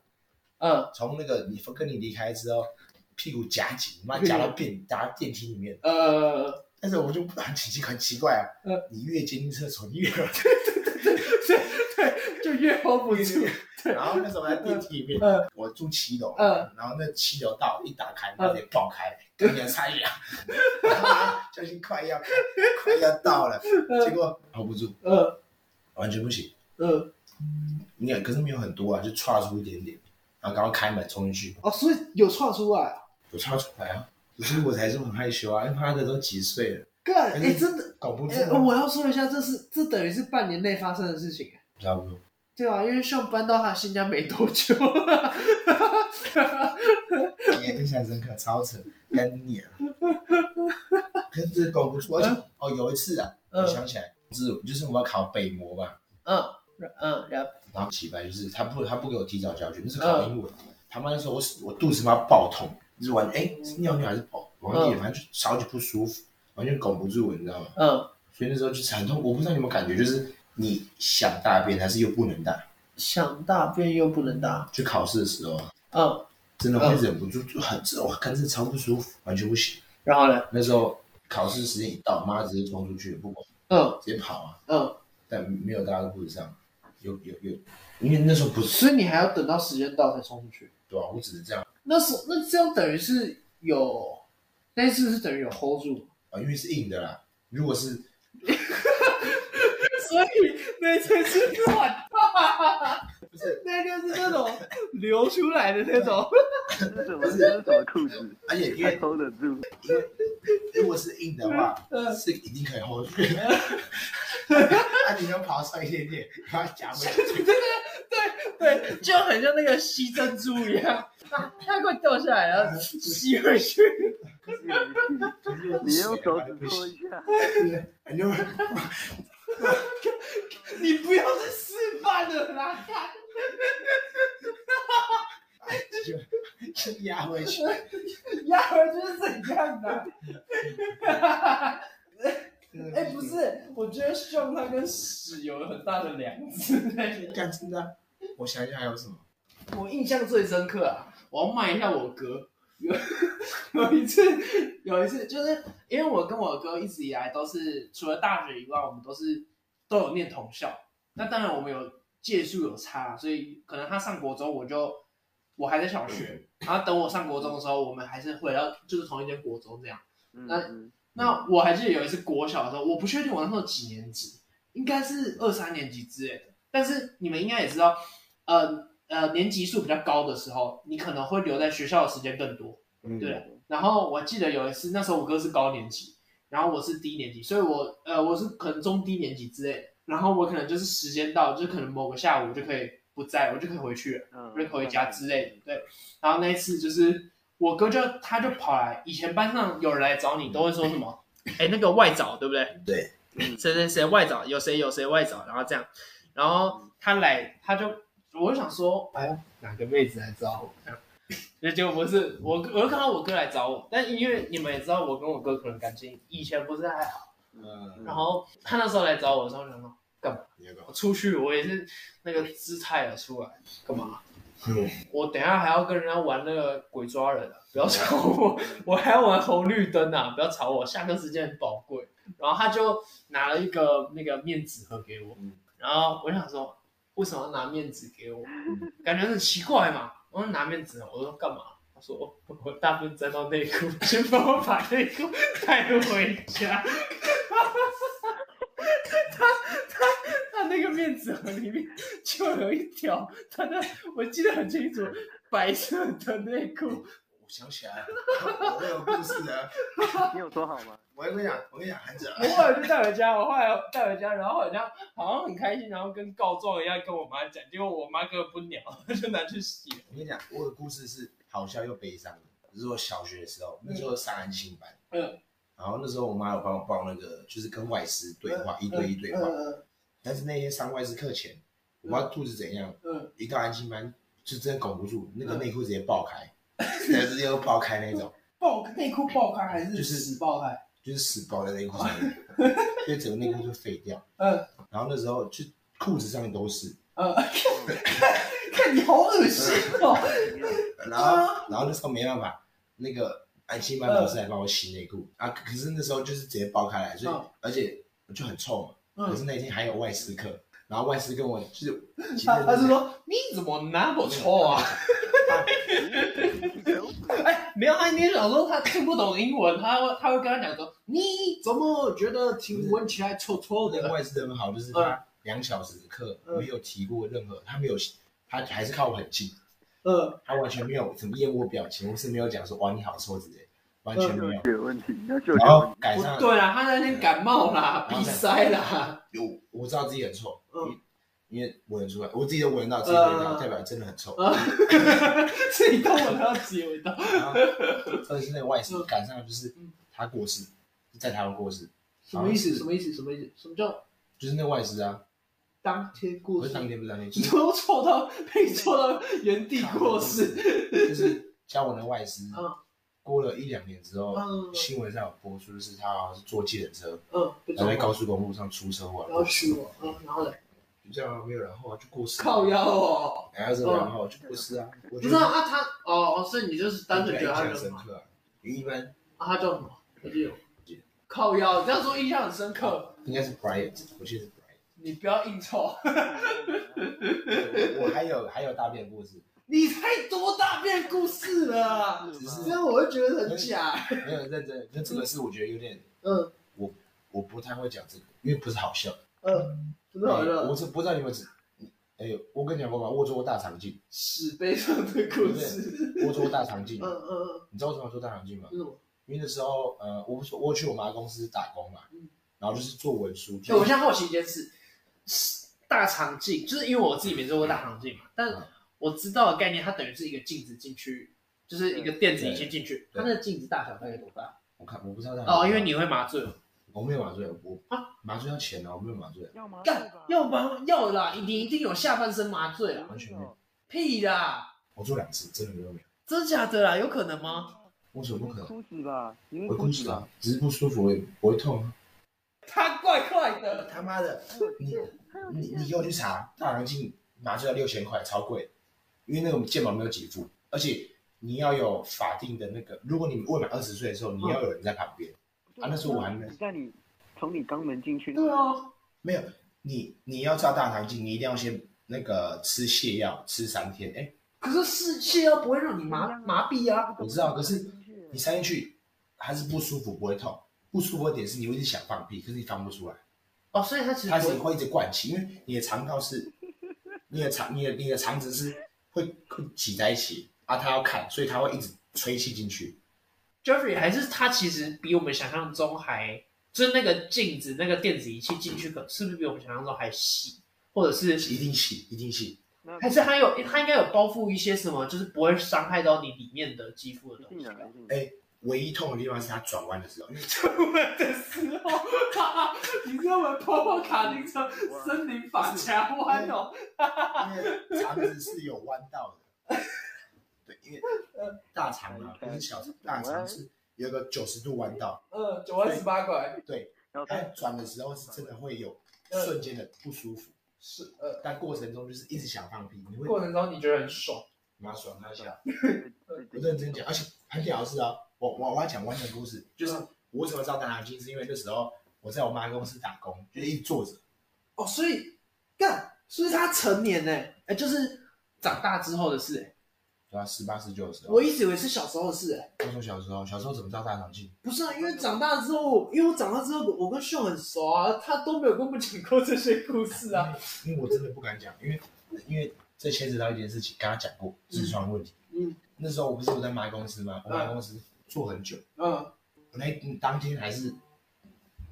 [SPEAKER 3] 嗯
[SPEAKER 4] 从那个你分跟你离开之后，屁股夹紧，妈夹到电夹到电梯里面，
[SPEAKER 3] 呃，
[SPEAKER 4] 但是我就很奇很奇怪啊
[SPEAKER 3] 嗯，
[SPEAKER 4] 你越接近厕所你越有，
[SPEAKER 3] 对，就越 hold 不住， [LAUGHS]
[SPEAKER 4] 然后那时候我在电梯里面，
[SPEAKER 3] 嗯
[SPEAKER 4] 我住七楼，
[SPEAKER 3] 嗯
[SPEAKER 4] 然后那七楼道一打开，
[SPEAKER 3] 嗯
[SPEAKER 4] 直接爆开，跟人差一两， [LAUGHS] 小心快要快要到了，结果 hold 不住，
[SPEAKER 3] 嗯
[SPEAKER 4] 完全不行。
[SPEAKER 3] 嗯，
[SPEAKER 4] 你也可是没有很多啊，就岔出一点点，然后赶快开门冲进去，
[SPEAKER 3] 哦，所以有创出来啊，
[SPEAKER 4] 有岔出来啊。可是 [LAUGHS] 我才是很害羞啊，因为妈的都几岁了，
[SPEAKER 3] 干，哎，真的，
[SPEAKER 4] 搞不住
[SPEAKER 3] 哎，
[SPEAKER 4] 啊，
[SPEAKER 3] 我要说一下，这是这等于是半年内发生的事情，
[SPEAKER 4] 差不多。
[SPEAKER 3] 对啊，因为像搬到他新家没多久，
[SPEAKER 4] 也印象深刻，超扯，干你啊！可是这搞不住，而且哦，有一次啊，
[SPEAKER 3] 嗯
[SPEAKER 4] 我想起来，就是就是我们要考北模吧，
[SPEAKER 3] 嗯 [LAUGHS] 嗯，然后
[SPEAKER 4] 然后奇怪就是他不他不给我提早交卷，就是考英文，
[SPEAKER 3] 嗯
[SPEAKER 4] 他妈那时候我我肚子妈爆痛，就是完哎是尿尿还是爆，忘记了，反正就超级不舒服，完全拱不住，你知道吗？
[SPEAKER 3] 嗯，
[SPEAKER 4] 所以那时候就是很痛，我不知道你有没有感觉，就是你想大便，但是又不能大，
[SPEAKER 3] 想大便又不能大，
[SPEAKER 4] 就考试的时候啊，
[SPEAKER 3] 嗯，
[SPEAKER 4] 真的会忍不住，就很我看真的超不舒服，完全不行。
[SPEAKER 3] 然后嘞，
[SPEAKER 4] 那时候考试时间一到，妈直接冲出去，不管，
[SPEAKER 3] 嗯
[SPEAKER 4] 直接跑啊，
[SPEAKER 3] 嗯，
[SPEAKER 4] 但没有大家都不知上，有有有，因为那时候不是
[SPEAKER 3] 所以你还要等到时间到才冲出去。
[SPEAKER 4] 对吧、我只是这样
[SPEAKER 3] 那是那这样等于是有那一次是等于有 hold 住，
[SPEAKER 4] 啊，因为是硬的啦。如果是
[SPEAKER 3] 所以那次 [LAUGHS] 是软大，
[SPEAKER 4] 不是，
[SPEAKER 3] 那就是那种流出来的那种。
[SPEAKER 2] 这是什么？这是什么裤子？
[SPEAKER 4] 而且啊因
[SPEAKER 2] 还
[SPEAKER 4] 为
[SPEAKER 2] 偷得住？
[SPEAKER 4] 因为如果是硬的话
[SPEAKER 3] 嗯，
[SPEAKER 4] 是一定可以 hold 住
[SPEAKER 3] [LAUGHS]
[SPEAKER 4] 的。 [LAUGHS] 啊，你能爬上一点点，然后夹回去。
[SPEAKER 3] 对，就很像那个吸珍珠一样，啊它快掉下来，然后吸回去。
[SPEAKER 2] 你用手指戳一下，
[SPEAKER 4] [LAUGHS] 你就
[SPEAKER 3] 你不要再示范了啦！
[SPEAKER 4] 就压回去，
[SPEAKER 3] 压根就是怎样的、哎、不是，我觉得胸它跟屎有很大的梁子。
[SPEAKER 4] 干真的啊。我想想还有什么？
[SPEAKER 3] 我印象最深刻啊，我要骂一下我哥。有 [LAUGHS] 有一次，有一次就是因为我跟我哥一直以来都是除了大学以外，我们都是都有念同校。那当然我们有届数有差，所以可能他上国中，我就我还在小学，
[SPEAKER 2] 嗯
[SPEAKER 3] 然后等我上国中的时候，我们还是回到就是同一间国中这样。
[SPEAKER 2] 嗯
[SPEAKER 3] 那
[SPEAKER 2] 嗯
[SPEAKER 3] 那我还记得有一次国小的时候，我不确定我那时候几年级，应该是二三年级之类的。但是你们应该也知道，呃呃，年级数比较高的时候，你可能会留在学校的时间更多。
[SPEAKER 4] 嗯
[SPEAKER 3] 对，然后我记得有一次，那时候我哥是高年级，然后我是低年级，所以我呃我是可能中低年级之类的。然后我可能就是时间到，就是可能某个下午我就可以不在，我就可以回去了。
[SPEAKER 2] 嗯
[SPEAKER 3] 瑞回家之类的，对。然后那一次就是我哥就他就跑来，以前班上有人来找你，都会说什么？哎、那个外找对不对？
[SPEAKER 4] 对，
[SPEAKER 2] 嗯
[SPEAKER 3] 谁谁谁外找，有谁有谁外找，然后这样，然后他来他就我就想说，哎呀，哪个妹子来找我？这样那结果不是我，我就看到我哥来找我，但因为你们也知道，我跟我哥可能感情以前不是还好，
[SPEAKER 4] 嗯，
[SPEAKER 3] 然后他那时候来找我的时候，我想说
[SPEAKER 4] 你要干嘛
[SPEAKER 3] 我出去我也是那个姿态了出来，干嘛？
[SPEAKER 4] 嗯
[SPEAKER 3] 我等一下还要跟人家玩那个鬼抓人啊！不要吵我，我还要玩红绿灯啊！不要吵我，下课时间很宝贵。然后他就拿了一个那个面纸盒给我
[SPEAKER 4] 嗯，
[SPEAKER 3] 然后我想说，为什么要拿面纸给我？感觉很奇怪嘛。我就拿面纸盒，我说干嘛？
[SPEAKER 1] 我说哦我我大便沾到内裤，先帮我把内裤带回家。他他他那个面纸盒里面就有一条他的，我记得很清楚，白色的内裤。
[SPEAKER 4] 我想起来了，我我有故事的。
[SPEAKER 6] 你有说好吗？
[SPEAKER 4] [LAUGHS] 我跟你讲，我跟你讲，啊韩哲，
[SPEAKER 1] 我后来就带回家，我后来带回家，然后好像好像很开心，然后跟告状一样跟我妈讲，结果我妈根本不鸟，就拿去洗了。
[SPEAKER 4] 我跟你讲，我的故事是好笑又悲伤的。就是我小学的时候，那时候上安心班，
[SPEAKER 1] 嗯
[SPEAKER 4] 然后那时候我妈有帮我报那个，就是跟外师对话，一对一对话。
[SPEAKER 1] 嗯
[SPEAKER 4] 但是那天上外事课前，我不知道肚子怎样，
[SPEAKER 1] 嗯
[SPEAKER 4] 一到安心班就真的拱不住，那个内裤直接
[SPEAKER 1] [LAUGHS]
[SPEAKER 4] 爆开，直接又爆开那种，
[SPEAKER 1] 爆内裤爆开还
[SPEAKER 4] 就是是
[SPEAKER 1] 屎爆开？
[SPEAKER 4] 就是死包在内裤上
[SPEAKER 1] [LAUGHS]
[SPEAKER 4] 面，所以整个内裤就废掉。
[SPEAKER 1] 嗯
[SPEAKER 4] 然后那时候就裤子上面都是，
[SPEAKER 1] 嗯， [LAUGHS] 看你好恶心哦！
[SPEAKER 4] 然后
[SPEAKER 1] 嗯
[SPEAKER 4] 然后那时候没办法，那个安心班老师来帮我洗内裤啊，可可是那时候就是直接爆开来，所以、
[SPEAKER 1] 嗯
[SPEAKER 4] 而且就很臭嘛。可是
[SPEAKER 1] 嗯，
[SPEAKER 4] 那天还有外事课，然后外事跟我就是，
[SPEAKER 1] [LAUGHS] 他他是说你怎么那么臭啊？哎，没有，他一天想说他听不懂英文，他会他会跟他讲说你怎么觉得挺闻起来臭臭
[SPEAKER 4] 那个
[SPEAKER 1] 的？
[SPEAKER 4] 外事很好，就是他两小时的课
[SPEAKER 1] 嗯
[SPEAKER 4] 没有提过任何，他没有，他还是靠我很近，
[SPEAKER 1] 嗯，
[SPEAKER 4] 他完全没有什么厌恶表情，或是没有讲说哇你好臭之类，完全没有。
[SPEAKER 6] 有问题，要救
[SPEAKER 4] 然后改
[SPEAKER 1] 嗯不
[SPEAKER 4] 上，
[SPEAKER 1] 对啊，他那天感冒啦，鼻塞 [LAUGHS] 啦，
[SPEAKER 4] 我我知道自己很臭，
[SPEAKER 1] 嗯
[SPEAKER 4] 因为闻得出来，我自己都闻到自己的味
[SPEAKER 1] 嗯
[SPEAKER 4] 道，代表真的很臭。
[SPEAKER 1] 啊，自己都闻到结尾到，
[SPEAKER 4] 然后 [LAUGHS] 特别是那个外事赶上就是
[SPEAKER 1] 嗯
[SPEAKER 4] 他过世，在台湾过世，
[SPEAKER 1] 什么意思？什么意思？什么意思？什么叫
[SPEAKER 4] 就是那个外事啊，
[SPEAKER 1] 当天
[SPEAKER 4] 不
[SPEAKER 1] 过
[SPEAKER 4] 是
[SPEAKER 1] 世？
[SPEAKER 4] 当天不是当天，就
[SPEAKER 1] 你
[SPEAKER 4] 是
[SPEAKER 1] 都臭到被臭到原地过世，
[SPEAKER 4] 就是教我的外师
[SPEAKER 1] 嗯，
[SPEAKER 4] 过了一两年之后，
[SPEAKER 1] 嗯
[SPEAKER 4] 新闻上有播出，就是他好像是坐计程车，
[SPEAKER 1] 嗯，被
[SPEAKER 4] 然
[SPEAKER 1] 撞
[SPEAKER 4] 后在
[SPEAKER 1] 到
[SPEAKER 4] 高速公路上出车祸，
[SPEAKER 1] 然后虚我，嗯，然后呢？
[SPEAKER 4] 就这样没有然后啊，就过世，
[SPEAKER 1] 靠，腰哦。
[SPEAKER 4] 然后是
[SPEAKER 1] 嗯
[SPEAKER 4] 然后就过世啊，我
[SPEAKER 1] 不
[SPEAKER 4] 觉
[SPEAKER 1] 是啊，
[SPEAKER 4] 得
[SPEAKER 1] 啊他哦，哦，所以你就是单纯觉得他
[SPEAKER 4] 印象
[SPEAKER 1] 人
[SPEAKER 4] 深
[SPEAKER 1] 好
[SPEAKER 4] 刻啊，因为一般
[SPEAKER 1] 啊，他叫什么？我记得靠腰，这样说印象很深刻。
[SPEAKER 4] 应该是 Brian，我记得是 Brian，
[SPEAKER 1] 你不要硬凑，
[SPEAKER 4] 我我还有还有大便的故事，
[SPEAKER 1] 你太多大便故事了，
[SPEAKER 4] 只
[SPEAKER 1] 这
[SPEAKER 4] 是
[SPEAKER 1] 样我会觉得很假。
[SPEAKER 4] 没有认真，那这个是我觉得有点
[SPEAKER 1] 嗯
[SPEAKER 4] 我不太会讲这个，因为不是好笑，
[SPEAKER 1] 嗯，真的好
[SPEAKER 4] 我
[SPEAKER 1] 像
[SPEAKER 4] 是不知道你们只，哎呦，我跟你讲过吗？我做过大肠镜，
[SPEAKER 1] 史碑上的故事。
[SPEAKER 4] 我做过大肠镜
[SPEAKER 1] 嗯，嗯嗯，
[SPEAKER 4] 你知道为什么做大肠镜吗？
[SPEAKER 1] 为什么？
[SPEAKER 4] 因为那时候呃，我不是我去我妈公司打工嘛，
[SPEAKER 1] 嗯
[SPEAKER 4] 然后就是做文书，
[SPEAKER 1] 哎，我现在好奇一件事，大肠镜，就是因为我自己没做过大肠镜嘛，但
[SPEAKER 4] 嗯
[SPEAKER 1] 我知道的概念，它等于是一个镜子进去，就是一个电子仪器进去，它
[SPEAKER 4] 对嗯
[SPEAKER 1] 那个镜子大小大概多大？
[SPEAKER 4] 我看我不知道大肠
[SPEAKER 1] 哦，
[SPEAKER 4] 镜
[SPEAKER 1] 因为你会麻醉。
[SPEAKER 4] 我没有麻醉，我
[SPEAKER 1] 啊
[SPEAKER 4] 麻醉要钱啊，我没有麻醉，
[SPEAKER 6] 要吗？
[SPEAKER 1] 干要麻要啦，你一定有下半身麻醉啦，
[SPEAKER 4] 完全没有，
[SPEAKER 1] 屁啦，
[SPEAKER 4] 我做两次真的没有没有，
[SPEAKER 1] 真假的啦，有可能吗？
[SPEAKER 4] 我怎么不可能？
[SPEAKER 6] 哭死吧！你
[SPEAKER 4] 我哭死了，只是不舒服，我也不会痛啊。
[SPEAKER 1] 他怪怪的，
[SPEAKER 4] 他妈的，你你你给我去查，大肠镜麻醉要六千块，超贵，因为那个健保没有给付，而且你要有法定的那个，如果你未满二十岁的时候，你要有人在旁边。啊那是我还没
[SPEAKER 6] 在嗯你从你肛门进去，
[SPEAKER 1] 对，啊，
[SPEAKER 4] 没有，你你要照大肠镜，你一定要先那个吃泻药，吃三天。哎，
[SPEAKER 1] 可是是泻药不会让你麻麻痹啊，
[SPEAKER 4] 我知道，可是你塞进去还是不舒服，不会痛。不舒服的点是你会一直想放屁，可是你放不出来，
[SPEAKER 1] 哦，所以它其实
[SPEAKER 4] 它是
[SPEAKER 1] 不会，
[SPEAKER 4] 会一直灌气，因为你的肠道是，你的肠你的你的肠子是会会挤在一起啊，它要看，所以它会一直吹气进去。
[SPEAKER 1] Jeffrey 还是他其实比我们想象中还，就是那个镜子那个电子仪器进去可是不是比我们想象中还细，或者
[SPEAKER 4] 一
[SPEAKER 1] 是
[SPEAKER 4] 定细，一定细，
[SPEAKER 1] 还是它有它应该有包覆一些什么，就是不会伤害到你里面的肌肤的东西吧。
[SPEAKER 4] 哎唯一痛的地方是它转弯的时候，因为
[SPEAKER 1] 我的时候，哈哈，你知道我婆婆卡丁车森林法夹弯哦，
[SPEAKER 4] 因为肠子是有弯道的，对，因为大肠嘛，不是小肠，大肠是有一个九十度弯道，
[SPEAKER 1] 嗯，九弯十八拐，
[SPEAKER 4] 对，
[SPEAKER 6] 然后
[SPEAKER 4] 它转的时候是真的会有瞬间的不舒服，
[SPEAKER 1] 是呃，
[SPEAKER 4] 但过程中就是一直想放屁，你
[SPEAKER 1] 过
[SPEAKER 4] 会
[SPEAKER 1] 程中你觉得很爽，
[SPEAKER 4] 妈爽他一下， [LAUGHS] 我认真讲，而且很屌的是啊，我我我要讲完整故事，就是我为什么知道大肠镜，是因为那时候我在我妈公司打
[SPEAKER 1] 嗯
[SPEAKER 4] 工，就是一直坐着，
[SPEAKER 1] 哦，所以干，所以他成年呢，哎，就是长大之后的事，哎，
[SPEAKER 4] 对吧？十八十九的时候
[SPEAKER 1] 我，一直以为是小时候的事、哎，
[SPEAKER 4] 他说小时候，小时候怎么知道大肠镜？
[SPEAKER 1] 不是啊，因为长大之后，因为我长大之后，我跟秀很熟啊，他都没有跟我们讲过这些故事啊。
[SPEAKER 4] 因为我真的不敢讲，因为因为这牵扯到一件事情，跟他讲过痔疮的问题。
[SPEAKER 1] 嗯，
[SPEAKER 4] 那时候我不是我在买公司吗？我
[SPEAKER 1] 嗯
[SPEAKER 4] 买公司做很久，
[SPEAKER 1] 嗯
[SPEAKER 4] 我那当天还是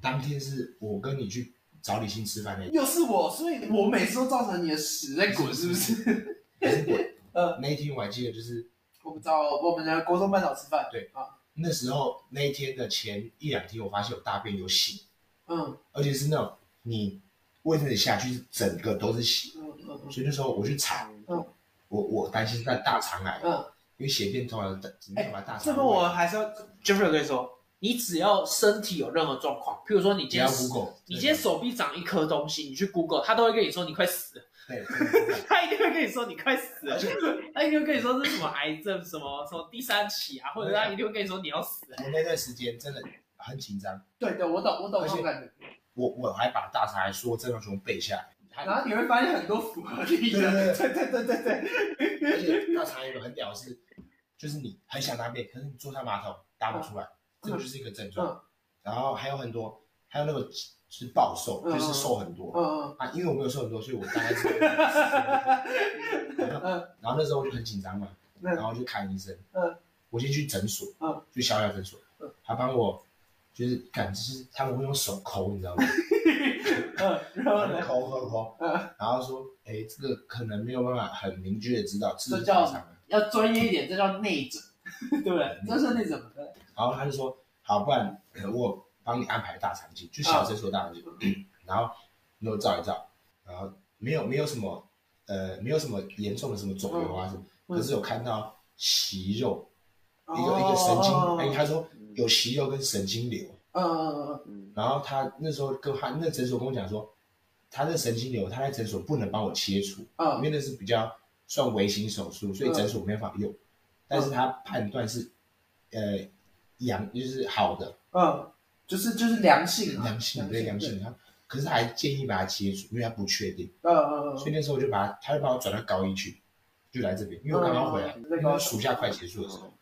[SPEAKER 4] 当天是我跟你去找李欣吃饭那一天
[SPEAKER 1] 又是我，所以我每次都造成你的屎在滚，是不是？ [LAUGHS]
[SPEAKER 4] 还是滚。
[SPEAKER 1] [LAUGHS] 嗯
[SPEAKER 4] 那一天我还记得，就是
[SPEAKER 1] 我们找我们的国中班长吃饭，
[SPEAKER 4] 对
[SPEAKER 1] 啊，
[SPEAKER 4] 那时候那一天的前一两天，我发现我大便有血，
[SPEAKER 1] 嗯
[SPEAKER 4] 而且是那种你卫生纸下去是整个都是血，
[SPEAKER 1] 嗯嗯嗯
[SPEAKER 4] 所以那时候我去查，
[SPEAKER 1] 嗯
[SPEAKER 4] 我我担心是在大肠癌，
[SPEAKER 1] 嗯，哎
[SPEAKER 4] 因为血便通常只能把大肠。
[SPEAKER 1] 这个我还是要 Jeffrey 我跟你说，你只要身体有任何状况，譬如说你
[SPEAKER 4] 不
[SPEAKER 1] 今天
[SPEAKER 4] 要 Google，
[SPEAKER 1] 你今天手臂长一颗东西，你去 Google，他都会跟你说你快死了，
[SPEAKER 4] 对，真的不要
[SPEAKER 1] 他一定会跟你说你快死了，他一定会跟你说这是什么癌症，什么什么第三期啊，或者他一定会跟你说你要死了。
[SPEAKER 4] 我那段时间真的很紧张，
[SPEAKER 1] 对对，我懂我懂这
[SPEAKER 4] 而且
[SPEAKER 1] 种感觉。
[SPEAKER 4] 我我还把大肠癌说症状全部背下来，还
[SPEAKER 1] 然后你会发现很多符合你的，
[SPEAKER 4] 对
[SPEAKER 1] 对对对对对，
[SPEAKER 4] 而且大肠癌有个很屌的是，就是你很想大便，可是你坐上马桶大不出来，
[SPEAKER 1] 嗯
[SPEAKER 4] 这个就是一个症状。然后还有很多，还有那个是暴瘦，
[SPEAKER 1] 嗯
[SPEAKER 4] 就是瘦很多、
[SPEAKER 1] [LAUGHS] 嗯
[SPEAKER 4] 啊，因为我没有瘦很多，所以我大概是然后
[SPEAKER 1] 嗯
[SPEAKER 4] 然后那时候我就很紧张嘛，
[SPEAKER 1] 嗯
[SPEAKER 4] 然后就看医生，
[SPEAKER 1] 嗯
[SPEAKER 4] 我先去诊所，
[SPEAKER 1] 嗯
[SPEAKER 4] 去小小诊所
[SPEAKER 1] 嗯，
[SPEAKER 4] 他帮我就是感就是他们会用手抠，你知道吗？
[SPEAKER 1] 嗯，然后呢，
[SPEAKER 4] 抠抠抠，
[SPEAKER 1] 嗯，
[SPEAKER 4] 然后说，哎，这个可能没有办法很明确的知道是不是
[SPEAKER 1] 这叫
[SPEAKER 4] 大肠癌。
[SPEAKER 1] 要专业一点，这叫内诊， [LAUGHS] 对不对？这是内诊嘛，对
[SPEAKER 4] 然后他就说，好，不然呃我帮你安排大肠镜，就小诊所大肠镜， [CLEARS THROAT] 然后给我照一照，然后没有没有什么呃没有什么严重的什么肿瘤啊什么，
[SPEAKER 1] 嗯
[SPEAKER 4] 可是有看到息肉，一个一个神经，哎，他说有息肉跟神经瘤，
[SPEAKER 1] 嗯嗯
[SPEAKER 6] 嗯，
[SPEAKER 4] 然后他那时候跟他那诊所跟我讲说，他的神经瘤他在诊所不能帮我切除，因
[SPEAKER 1] 嗯
[SPEAKER 4] 为那是比较算微型手术，所以诊所没法用，但是他判断是呃阳就是好的。
[SPEAKER 1] 嗯，就是就是良性啊，
[SPEAKER 4] 良性，对良性，，他可是他还建议把它切除，因为他不确定，
[SPEAKER 1] 嗯嗯
[SPEAKER 4] 所以那时候我就把他，他就把我转到高一去，就来这边，因为我刚刚回来，
[SPEAKER 1] 嗯
[SPEAKER 4] 因为暑假快结束的时候，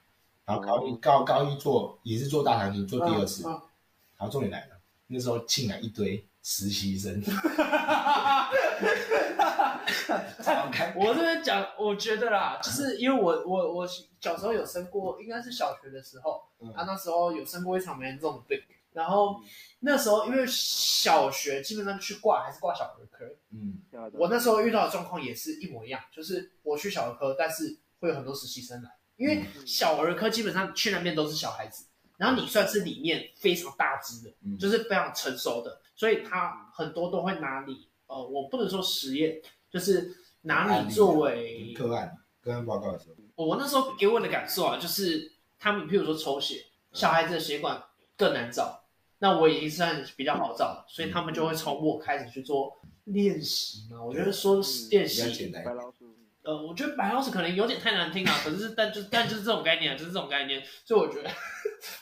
[SPEAKER 4] 然后高一高高一做也是做大堂经，做第二次，
[SPEAKER 1] 嗯
[SPEAKER 4] 然后重点来了，那时候进来一堆实
[SPEAKER 1] [LAUGHS]
[SPEAKER 4] 习生，超开
[SPEAKER 1] 我这边讲，我觉得啦，就是因为我我我小时候有生过，应该是小学的时候，
[SPEAKER 4] 嗯
[SPEAKER 1] 啊那时候有生过一场蛮严重的病，然后那时候因为小学基本上去挂还是挂小儿科，
[SPEAKER 4] 嗯，
[SPEAKER 6] 吓得
[SPEAKER 1] 我那时候遇到的状况也是一模一样，就是我去小儿科，但是会有很多实习生来，因为小儿科基本上去那边都是小孩子，然后你算是里面非常大只的，
[SPEAKER 4] 嗯
[SPEAKER 1] 就是非常成熟的，所以他很多都会拿你，呃，我不能说实验，就是拿你作
[SPEAKER 4] 啊
[SPEAKER 1] 为
[SPEAKER 4] 个案个案报告的时候，
[SPEAKER 1] 我那时候给我的感受啊，就是他们譬如说抽血，小孩子的血管更难找，那我已经算比较好找了，所以他们就会从我开始去做练习嘛。我觉得说是练
[SPEAKER 4] 比较简
[SPEAKER 1] 习，
[SPEAKER 4] 单，
[SPEAKER 6] 白老鼠，
[SPEAKER 1] 呃，我觉得白老鼠可能有点太难听了，可是但就是但就是这种概念啊，就是这种概念，所以我觉得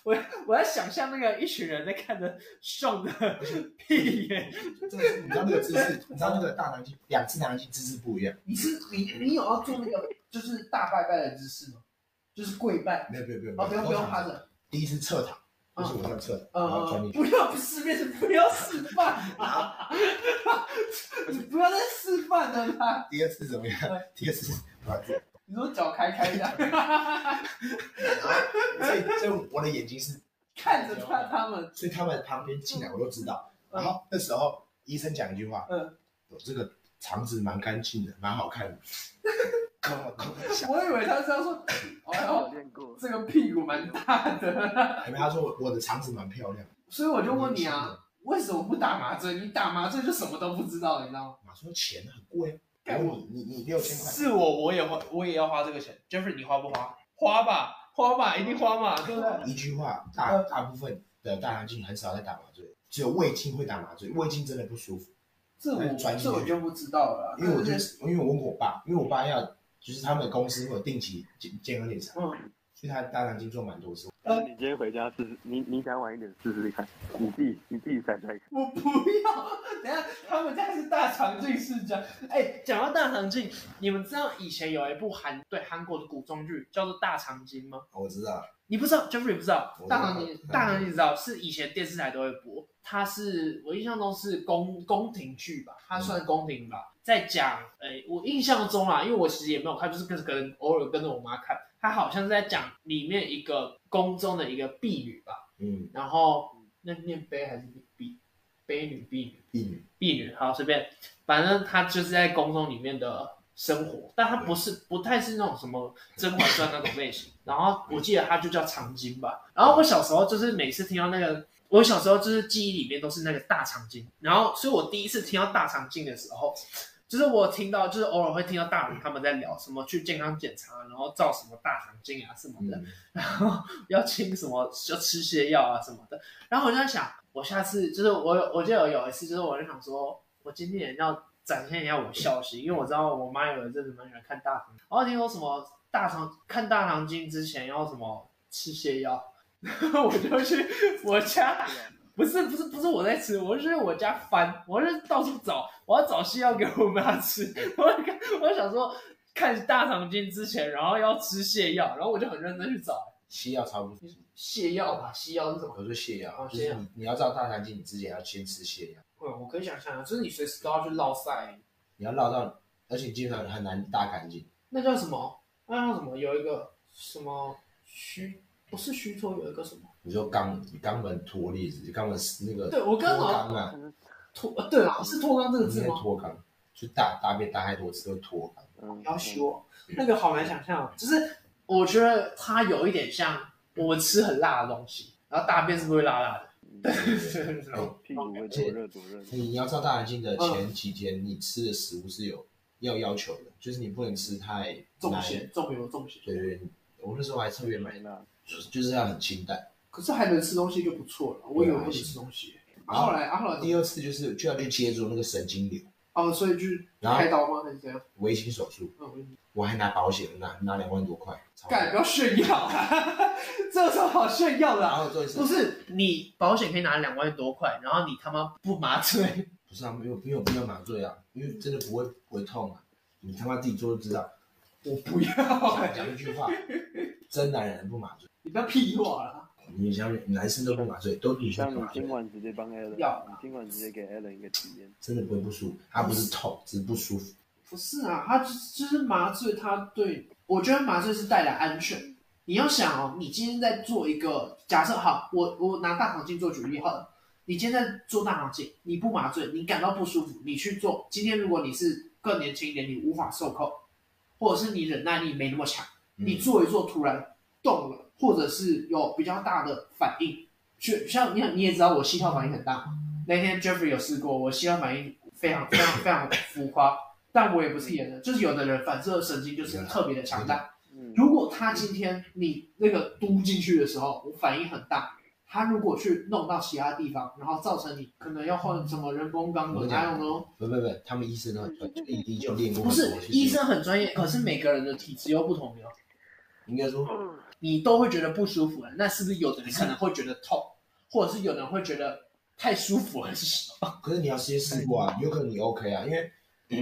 [SPEAKER 1] 我我在想象那个一群人在看着上的屁眼，
[SPEAKER 4] 这个是你知道那个姿势，你知道那个大堂经两次大堂经姿势不一样，
[SPEAKER 1] 你是你你有要做那个就是大拜拜的姿势吗？就是跪拜，
[SPEAKER 4] 没有没有没有，
[SPEAKER 1] 啊，不用不用趴
[SPEAKER 4] 他的。
[SPEAKER 1] 着。
[SPEAKER 4] 第一次侧躺，
[SPEAKER 1] 嗯
[SPEAKER 4] 就是我这样侧躺，然后转
[SPEAKER 1] 呃，
[SPEAKER 4] 进去，
[SPEAKER 1] 不要示范，不要示范
[SPEAKER 4] [LAUGHS]
[SPEAKER 1] 啊！你不要再示范了啦！
[SPEAKER 4] 第二次怎么样
[SPEAKER 1] 嗯？
[SPEAKER 4] 第二次，然后这样
[SPEAKER 1] 你说脚开开一下，
[SPEAKER 4] 所以所以我的眼睛是
[SPEAKER 1] 看着他他们，
[SPEAKER 4] 所以他们旁边进来我都知道。
[SPEAKER 1] 嗯
[SPEAKER 4] 然后那时候医生讲一句话，
[SPEAKER 1] 嗯，
[SPEAKER 4] 我这个肠子蛮干净的，蛮
[SPEAKER 1] [LAUGHS]
[SPEAKER 4] 好看的。抠抠想，
[SPEAKER 1] 我以为他是要说，哎
[SPEAKER 6] 我
[SPEAKER 1] 呦，
[SPEAKER 6] 练过，
[SPEAKER 1] 这个屁股蛮大的，
[SPEAKER 4] 因为他说我我的肠子蛮漂亮的。
[SPEAKER 1] 所以我就问你啊，为什么不打麻醉？你打麻醉就什么都不知道，你知道吗？
[SPEAKER 4] 我说钱很贵啊，
[SPEAKER 1] 干
[SPEAKER 4] 我你你你六千块，
[SPEAKER 1] 是我，我也花，我也要花这个钱。Jeffrey，你花不花？花吧，花吧，一定花嘛，对不对？
[SPEAKER 4] 一句话，大
[SPEAKER 1] 嗯
[SPEAKER 4] 大部分的大肠镜很少在打麻醉，只有胃镜会打麻醉，胃镜真的不舒服。
[SPEAKER 1] 这
[SPEAKER 4] 那
[SPEAKER 1] 我
[SPEAKER 4] 你转进去
[SPEAKER 1] 这我就不知道了啦，
[SPEAKER 4] 因为我
[SPEAKER 1] 但
[SPEAKER 4] 就是是因为我问我爸，因为我爸要就是他们公司会有定期健健康检查，
[SPEAKER 1] 嗯
[SPEAKER 4] 去他大南京做蛮多次。
[SPEAKER 2] 那你今天回家试试，你你想晚一点试试看，你自己你自己猜猜看。
[SPEAKER 3] 我不要，等一下他们家是大长今世家。哎、讲到大长今，你们知道以前有一部韩对韩国的古装剧叫做《大长今》吗？
[SPEAKER 4] 我知道，
[SPEAKER 3] 你不知道，Jeffrey 不知道
[SPEAKER 4] 我，知道
[SPEAKER 3] 大长今
[SPEAKER 4] 嗯
[SPEAKER 3] 大长今你知道是以前电视台都会播，它是我印象中是宫宫廷剧吧，它
[SPEAKER 4] 嗯
[SPEAKER 3] 算宫廷吧，在讲，诶、我印象中啊，因为我其实也没有看，就是跟跟偶尔跟着我妈看，它好像是在讲里面一个宫中的一个婢女吧，
[SPEAKER 4] 嗯，
[SPEAKER 3] 然后那念妃还是婢婢女婢女
[SPEAKER 4] 一女，
[SPEAKER 3] 婢女，好随便，反正她就是在宫中里面的生活，但她不是不太是那种什么《甄嬛传》那种类型。然后我记得她就叫长今吧。然后我小时候就是每次听到那个，我小时候就是记忆里面都是那个大长今。然后，所以我第一次听到大长今的时候，就是我听到就是偶尔会听到大人他们在聊什么去健康检查，然后照什么大肠镜啊什么的，
[SPEAKER 4] 嗯
[SPEAKER 3] 然后要清什么要吃泻药啊什么的。然后我就在想，我下次就是我有我记得有一次就是我就想说，我今天也要展现一下我孝心，因为我知道我妈有一阵子蛮喜欢看大肠，然后听说什么大肠看大肠镜之前要什么吃泻药，然后我就去我家。不是不是不是我在吃，我是去我家翻，我是到处找，我要找西药给我妈吃。 [LAUGHS] 我看我想说看大肠经之前，然后要吃泻药，然后我就很认真去找
[SPEAKER 4] 西药差不多。
[SPEAKER 3] 泻药吧，西药是什么？
[SPEAKER 4] 我说泻药，
[SPEAKER 3] 哦
[SPEAKER 4] 就
[SPEAKER 3] 泻
[SPEAKER 4] 是
[SPEAKER 3] 药
[SPEAKER 4] 你你要照大肠经，你之前要先吃泻药，
[SPEAKER 3] 嗯，我可以想象，就是你随时都要去落塞，
[SPEAKER 4] 你要绕到，而且基本上很难大干净。
[SPEAKER 3] 那叫什么？那叫什么？有一个什么虚，不是虚脱，有一个什么？
[SPEAKER 4] 你说肛肛门脱裂，肛门那个
[SPEAKER 3] 对我刚
[SPEAKER 4] 脱
[SPEAKER 3] 好
[SPEAKER 4] 肛啊，
[SPEAKER 3] 脱，呃对啦，是脱肛这个
[SPEAKER 4] 应
[SPEAKER 3] 字
[SPEAKER 4] 该
[SPEAKER 3] 吗？
[SPEAKER 4] 脱肛，就大大便大太多次都脱肛。
[SPEAKER 2] 嗯，
[SPEAKER 3] 要修，那个好难想象哦。就是我觉得它有一点像我们吃很辣的东西，然后大便是不是会辣辣的？
[SPEAKER 4] [LAUGHS]
[SPEAKER 3] 对
[SPEAKER 4] 哎
[SPEAKER 2] 屁股会灼热灼热。
[SPEAKER 4] 你要照大肠经
[SPEAKER 3] 嗯
[SPEAKER 4] 的前几天，你吃的食物是有要要求的，就是你不能吃太
[SPEAKER 3] 重
[SPEAKER 4] 奶
[SPEAKER 3] 咸，。重油重咸，
[SPEAKER 4] 对对，对我那时候还特别买，
[SPEAKER 2] 那
[SPEAKER 4] 就是就是要很清淡。
[SPEAKER 3] 可是还能吃东西就不错了。我以为不能吃东西，啊、后来啊后来
[SPEAKER 4] 第二次就是就要去接触那个神经瘤，
[SPEAKER 3] 哦，所以就是开刀吗？还是怎样？
[SPEAKER 4] 微型手术，
[SPEAKER 3] 嗯，我就
[SPEAKER 4] 我还拿保险拿拿两万多块，超
[SPEAKER 3] [LAUGHS] 干不要炫耀啊，这有什么好炫耀的
[SPEAKER 4] 然
[SPEAKER 3] 啊、
[SPEAKER 4] 后做一次
[SPEAKER 3] 不是你保险可以拿两万多块，然后你他妈不麻醉，
[SPEAKER 4] 不是啊，没有没有必要麻醉啊，因为真的不会不会痛啊，你他妈自己做就知道。
[SPEAKER 3] 我不要，
[SPEAKER 4] 讲讲一句话，真男人不麻醉，
[SPEAKER 3] 你不要屁话了。
[SPEAKER 4] 女生男生都不麻醉，都女生
[SPEAKER 2] 像
[SPEAKER 4] 不
[SPEAKER 2] 你
[SPEAKER 4] 麻醉
[SPEAKER 2] 今，晚直接帮 Allen，
[SPEAKER 3] 要
[SPEAKER 2] 你今晚直接给 Allen 一个体验。
[SPEAKER 4] 真的不会不舒服，它不是痛，只是不舒服。
[SPEAKER 3] 不是啊，他就是就是麻醉，他对我觉得麻醉是带来安全。你要想哦，你今天在做一个假设，好，我我拿大肠镜做举例好了。你今天在做大肠镜，你不麻醉，你感到不舒服，你去做。今天如果你是更年轻一点，你无法受控，或者是你忍耐力没那么强，
[SPEAKER 4] 嗯
[SPEAKER 3] 你做一做突然动了，或者是有比较大的反应，就像你你也知道我膝跳反应很大嘛。
[SPEAKER 4] 嗯
[SPEAKER 3] 那天 Jeffrey 有试过，我膝跳反应非常非常非常浮夸，但我也不是演的，就是有的人反射神经就是特别的强大。
[SPEAKER 2] 嗯，
[SPEAKER 3] 如果他今天你那个嘟进去的时候，我反应很大，他如果去弄到其他地方，然后造成你可能要换什么人工肛
[SPEAKER 4] 我
[SPEAKER 3] 门，
[SPEAKER 4] 跟你讲
[SPEAKER 3] 还
[SPEAKER 4] [LAUGHS]
[SPEAKER 3] 有呢？
[SPEAKER 4] 不不不，他们医生都很专业，就已经就练过
[SPEAKER 3] 不
[SPEAKER 4] 很
[SPEAKER 3] 是
[SPEAKER 4] 多。其实
[SPEAKER 3] 医生很专业，可是每个人的体质又不同哟，
[SPEAKER 4] 应该说
[SPEAKER 3] 你都会觉得不舒服了。那是不是有的人可能会觉得痛，或者是有人会觉得太舒服了？
[SPEAKER 4] 啊可是你要先试过啊，有可能你 OK 啊，因为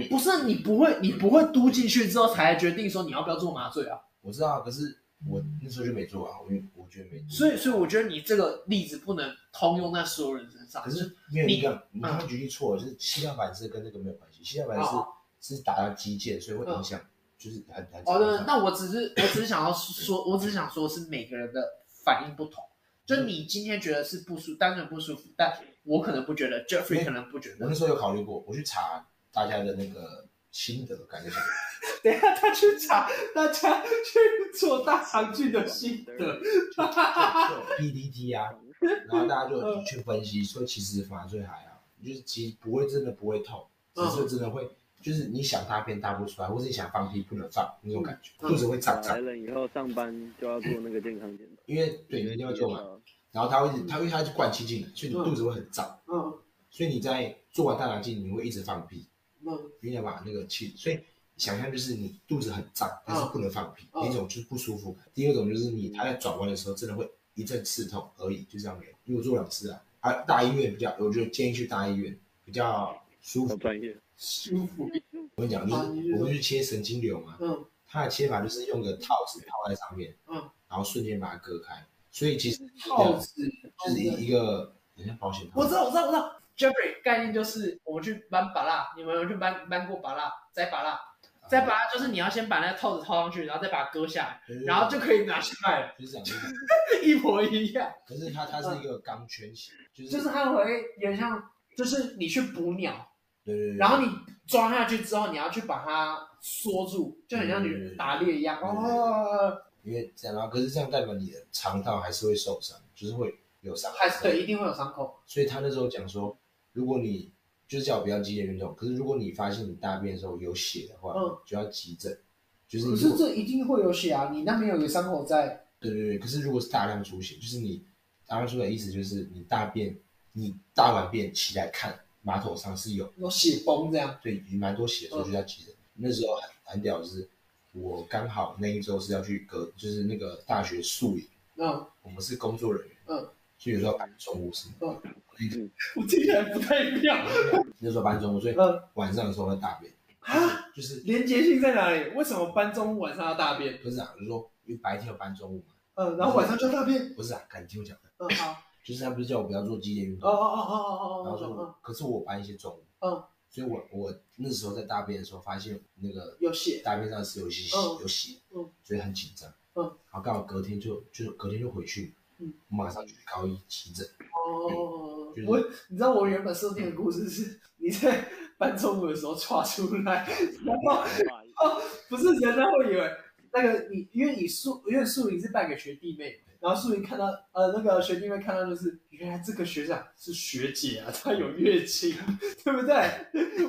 [SPEAKER 3] 不是你不会，你不会嘟进去之后才决定说你要不要做麻醉啊？
[SPEAKER 4] 我知道啊，可是我那时候就没做啊，我因为我觉得没做。
[SPEAKER 3] 所以，所以我觉得你这个例子不能通用在所有人身上。
[SPEAKER 4] 可是没有你
[SPEAKER 3] 你嗯
[SPEAKER 4] 刚你刚刚举例错了，就是膝跳反射跟这个没有关系，膝跳反
[SPEAKER 3] 哦
[SPEAKER 4] 射是打到肌腱，所以会影响，就是很很
[SPEAKER 3] 哦，对，那我只是我只是想要说，我只是想说是每个人的反应不同。就
[SPEAKER 4] 嗯
[SPEAKER 3] 你今天觉得是不舒，单纯不舒服，但我可能不觉得，Jeffrey 可能不觉
[SPEAKER 4] 嗯我
[SPEAKER 3] 得
[SPEAKER 4] 那。时候有考虑过，我去查大家的那个心得感觉是，
[SPEAKER 3] 等一下他去查大家去做大肠镜的心得，
[SPEAKER 4] 就 PDT
[SPEAKER 3] [LAUGHS]
[SPEAKER 4] 啊，然后大家
[SPEAKER 3] 嗯
[SPEAKER 4] 就去分析说，其实麻醉还好，就是其实不会真的不会痛，只
[SPEAKER 3] 嗯
[SPEAKER 4] 是真的会，就是你想大便大不出来，或是你想放屁不能放那种感觉，
[SPEAKER 3] 嗯
[SPEAKER 4] 肚子会
[SPEAKER 2] 啊
[SPEAKER 4] 胀胀，
[SPEAKER 2] Allen 以后上班就要做那个健康检查。嗯
[SPEAKER 4] 因为对你一定要做嘛，然后它会一直它因为它是灌气进来，所以你肚子会很胀，
[SPEAKER 3] 嗯
[SPEAKER 4] 所以你在做完大肠镜你会一直放屁，
[SPEAKER 3] 嗯
[SPEAKER 4] 因为你要把那个气，所以想象就是你肚子很胀，但是不能放屁，
[SPEAKER 1] 嗯
[SPEAKER 4] 一种就是不舒服感，第二种就是你它在转弯的时候真的会一阵刺痛而已，就这样没有。因为我做两次啊，啊大医院比较，我觉得建议去大医院比较舒
[SPEAKER 6] 好
[SPEAKER 4] 服。
[SPEAKER 6] 专业，
[SPEAKER 1] 舒服。
[SPEAKER 4] 我跟你讲，就
[SPEAKER 1] 啊你
[SPEAKER 4] 是
[SPEAKER 1] 是
[SPEAKER 4] 我们去切神经瘤嘛，
[SPEAKER 1] 嗯
[SPEAKER 4] 它的切法就是用个套子套在上面，
[SPEAKER 1] 嗯，
[SPEAKER 4] 然后瞬间把它割开，所以其实
[SPEAKER 1] 套子，
[SPEAKER 4] 就是一一个很像保险套。
[SPEAKER 1] 我知道，我知道，我知道。Jeffrey 概念就是我们去搬把蜡，你们有去搬搬过把蜡，摘把
[SPEAKER 4] 啊
[SPEAKER 1] 蜡，摘把蜡就是你要先把那个套子套上去，然后再把它割下来，
[SPEAKER 4] 对，
[SPEAKER 1] 然后就可以拿下来了，
[SPEAKER 4] 就是这样。就是这样
[SPEAKER 1] 一模一样。
[SPEAKER 4] 可是它它是一个钢圈型，就是
[SPEAKER 1] 就是它会有点像，就是你去捕鸟，
[SPEAKER 4] 对对对，
[SPEAKER 1] 然后你抓下去之后，你要去把它缩住，就很像你打猎一样。
[SPEAKER 4] 嗯
[SPEAKER 1] 哦，
[SPEAKER 4] 因为这样，然后可是这样代表你的肠道还是会受伤，就是会有伤害
[SPEAKER 1] 还。是对，一定会有伤口。
[SPEAKER 4] 所以他那时候讲说，如果你就是叫我不要激烈运动，可是如果你发现你大便的时候有血的话，
[SPEAKER 1] 嗯
[SPEAKER 4] 就要急诊。就是
[SPEAKER 1] 可
[SPEAKER 4] 你
[SPEAKER 1] 是
[SPEAKER 4] 如果
[SPEAKER 1] 这一定会有血啊，你那边有个伤口在，
[SPEAKER 4] 对对对，可是如果是大量出血，就是你大量出血的意思就是你大便，你大完便起来看马桶上是有
[SPEAKER 1] 有血崩这样。
[SPEAKER 4] 对，也蛮多血，所以就叫急诊。那时候很很屌，就是我刚好那一周是要去隔，就是那个大学宿营，
[SPEAKER 1] 嗯，
[SPEAKER 4] 我们是工作人员，
[SPEAKER 1] 嗯，
[SPEAKER 4] 所以有时候搬重物什么的，
[SPEAKER 1] 我听起来不太妙。
[SPEAKER 4] 那时候搬重物，所以
[SPEAKER 1] 嗯
[SPEAKER 4] 晚上的时候会大便，
[SPEAKER 1] 啊，
[SPEAKER 4] 就是
[SPEAKER 1] 连结性在哪里？为什么搬中午晚上要大便？
[SPEAKER 4] 不是啊，就是说因为白天有搬重物嘛，
[SPEAKER 1] 嗯，然后晚上就大便。
[SPEAKER 4] 不是啊，敢你听我讲的，
[SPEAKER 1] 嗯，好。
[SPEAKER 4] 就是他不是叫我不要做激烈运
[SPEAKER 1] 哦
[SPEAKER 4] 动，
[SPEAKER 1] 哦哦哦
[SPEAKER 4] 然后
[SPEAKER 1] 哦
[SPEAKER 4] 说
[SPEAKER 1] 哦
[SPEAKER 4] 我，
[SPEAKER 1] 哦，
[SPEAKER 4] 可是我搬一些重物，
[SPEAKER 1] 嗯，
[SPEAKER 4] 所以我我那时候在大便的时候发现那个
[SPEAKER 1] 有血
[SPEAKER 4] 大便上是有一些血
[SPEAKER 1] 嗯
[SPEAKER 4] 有血，
[SPEAKER 1] 嗯，
[SPEAKER 4] 所以很紧张，
[SPEAKER 1] 嗯，
[SPEAKER 4] 然后刚好隔天就就隔天就回去，
[SPEAKER 1] 嗯，
[SPEAKER 4] 马上就去高一急诊，
[SPEAKER 1] 哦
[SPEAKER 4] 就是，
[SPEAKER 1] 我你知道我原本设定的故事是你在搬重物的时候抓出来，然后不是人家会以为那个你，因为你素因为素云是败给学弟妹嘛，然后素云看到呃那个学弟妹看到就是原来这个学长是学姐啊，她有月经，对不对？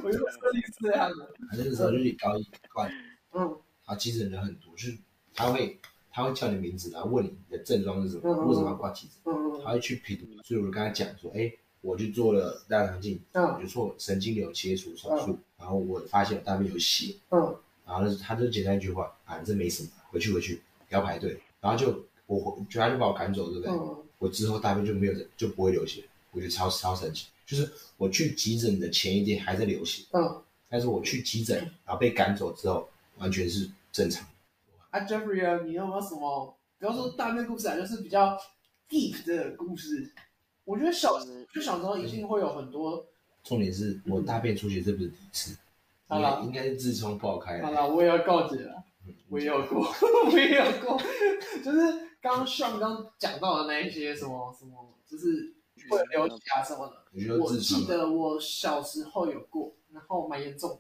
[SPEAKER 1] 我原本设定是这样的，
[SPEAKER 4] 反正那时候就是高一挂，
[SPEAKER 1] 嗯
[SPEAKER 4] 啊，急诊人很多，就是他会他会叫你名字，然后问你的症状是什么，
[SPEAKER 1] 嗯嗯
[SPEAKER 4] 为什么要挂急诊，
[SPEAKER 1] 嗯
[SPEAKER 4] 他会去评估，所以我就跟他讲说，哎，我去做了大肠镜，
[SPEAKER 1] 嗯
[SPEAKER 4] 我就做神经瘤切除手术，然后我发现我大便有血，
[SPEAKER 1] 嗯
[SPEAKER 4] 然后他就简单一句话，啊，这没什么，回去回去，不要排队。然后就我回，就他就把我赶走，对不对？
[SPEAKER 1] 嗯
[SPEAKER 4] 我之后大便就没有就不会流血，我觉得超超神奇。就是我去急诊的前一天还在流血，
[SPEAKER 1] 嗯，
[SPEAKER 4] 但是我去急诊，然后被赶走之后，完全是正常。
[SPEAKER 1] 啊 Jeffrey 啊，你有没有什么，不要说大便故事啊，就是比较 deep 的故事？我觉得小就小时候一定会有很多。
[SPEAKER 4] 重点是我大便出血这不是第一次，
[SPEAKER 1] 嗯好了
[SPEAKER 4] 应该应该是痔疮爆开啊
[SPEAKER 1] 好
[SPEAKER 4] 了。
[SPEAKER 1] 了，我也要告解了。我也有过， [LAUGHS] 我也有过，就是刚刚上刚讲到的那一些什么什么，就是会流血啊什么的。
[SPEAKER 4] 你说
[SPEAKER 1] 我
[SPEAKER 4] 痔
[SPEAKER 1] 记
[SPEAKER 4] 疮，
[SPEAKER 1] 得我小时候有过，然后蛮严重的，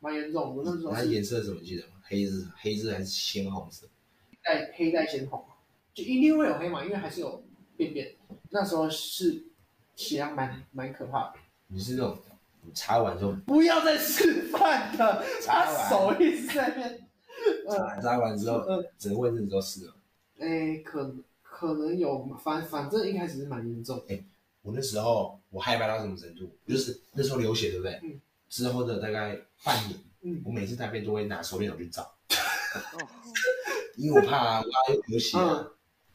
[SPEAKER 1] 蛮严重的。我那时候
[SPEAKER 4] 它
[SPEAKER 1] 是
[SPEAKER 4] 颜色怎么记得吗？黑色，黑色还是鲜红色？
[SPEAKER 1] 带黑带鲜红，就一定会有黑嘛，因为还是有便便。那时候是血量蛮蛮可怕的。
[SPEAKER 4] 你是那种你擦完之后
[SPEAKER 1] 不要再示范了，他
[SPEAKER 4] 擦完
[SPEAKER 1] 手一直在那边。
[SPEAKER 4] 扎扎完之后
[SPEAKER 1] 嗯，
[SPEAKER 4] 整个位置都是了。
[SPEAKER 1] 哎、可能可能有，反反正一开始是蛮严重的。
[SPEAKER 4] 我那时候我害怕到什么程度？就是那时候流血，对不对？
[SPEAKER 1] 嗯
[SPEAKER 4] 之后的大概半年，
[SPEAKER 1] 嗯哦
[SPEAKER 4] 我每次大便都会拿手电筒去照， [LAUGHS] 因为我怕啊，我怕流血啊。
[SPEAKER 1] 嗯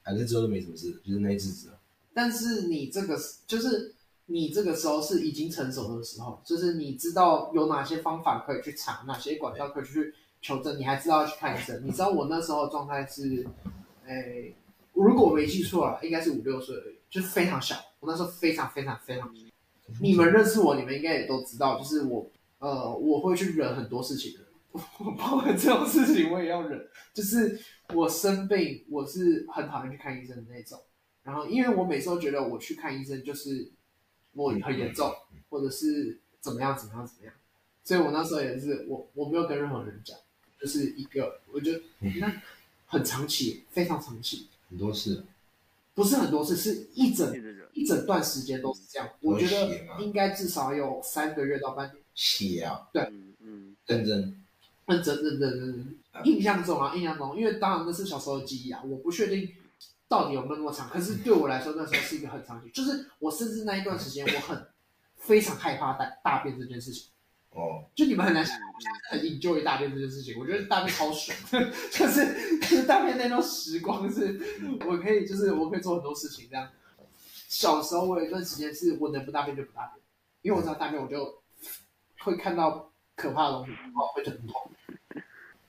[SPEAKER 4] 反正之后都没什么事，就是那一啊次之后。
[SPEAKER 1] 但是你这个是就是你这个时候是已经成熟的时候，就是你知道有哪些方法可以去查，哪些管道可以去求证，你还知道要去看医生。你知道我那时候的状态是，诶、如果我没记错啊了，应该是五六岁而已，就是非常小。我那时候非常非常非常，你们认识我，你们应该也都知道，就是我呃，我会去忍很多事情的。我包含这种事情我也要忍，就是我生病，我是很讨厌去看医生的那种。然后因为我每次都觉得我去看医生就是我很严重，或者是怎么样怎么样怎么样，所以我那时候也是我我没有跟任何人讲，就是一个我就那很长期，非常长期，
[SPEAKER 4] 很多事，
[SPEAKER 1] 不是很多次，是一整
[SPEAKER 6] 人
[SPEAKER 1] 一整段时间都是这样。我觉
[SPEAKER 4] 有血吗
[SPEAKER 1] 得应该至少有三个月到半年，
[SPEAKER 4] 血啊，
[SPEAKER 6] 嗯嗯，
[SPEAKER 4] 认真。
[SPEAKER 1] 认真认真认真，印象中啊印象中，因为当然那是小时候的记忆啊，我不确定。到底有没有那么长？可是对我来说，那时候是一个很长期，就是我甚至那一段时间，我很非常害怕大大便这件事情。
[SPEAKER 3] 哦，
[SPEAKER 1] 就你们很难想很 enjoy 大便这件事情，我觉得大便超爽，就是 [LAUGHS] 就是大便那段时光是，我可以就是我可以做很多事情这样。小时候我有一段时间是我能不大便就不大便，因为我知道大便我就会看到可怕的东西，然后会很痛。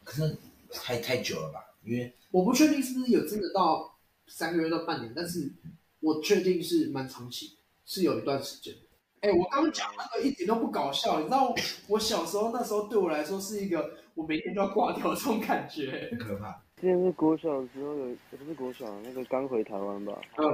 [SPEAKER 4] 可是太太久了吧？因为
[SPEAKER 1] 我不确定是不是有真的到三个月到半年，但是我确定是蛮长期，是有一段时间的。哎、我刚刚讲那个一点都不搞笑，你知道我我小时候那时候对我来说是一个我每天都要挂掉的这种感觉。
[SPEAKER 4] 很可怕。
[SPEAKER 6] 之前是国小的时候有，不是国小，那个刚回台湾吧。
[SPEAKER 1] 嗯。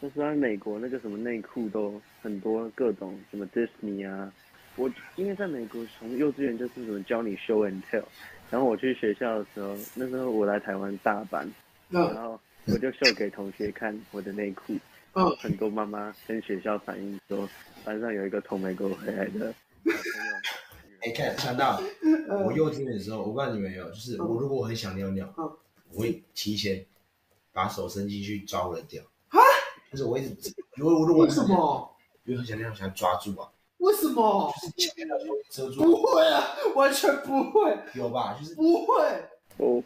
[SPEAKER 6] 那时候在美国，那个什么内裤都很多各种什么 Disney 啊。我因为在美国从幼稚园就是什么教你 show and tell，然后我去学校的时候，那时候我来台湾大阪，
[SPEAKER 1] 那
[SPEAKER 6] 然后我就秀给同学看我的内裤，然后很多妈妈跟学校反映说，班上有一个从美国回来的 [LAUGHS] 小朋友。
[SPEAKER 4] 哎、看想到
[SPEAKER 1] 呃
[SPEAKER 4] 我幼稚园的时候，我不知道你们有没有，就是我如果我很想尿尿，
[SPEAKER 1] 嗯
[SPEAKER 4] 我会提前把手伸进去抓我的屌。就是我一直，如果如果
[SPEAKER 1] 为
[SPEAKER 4] 我
[SPEAKER 1] 什？么？
[SPEAKER 4] 因为很想尿，想抓住啊，
[SPEAKER 1] 为什么？
[SPEAKER 4] 前面的时候遮住，
[SPEAKER 1] 不会啊，完全不会，
[SPEAKER 4] 有吧？就是
[SPEAKER 1] 不会。
[SPEAKER 6] 我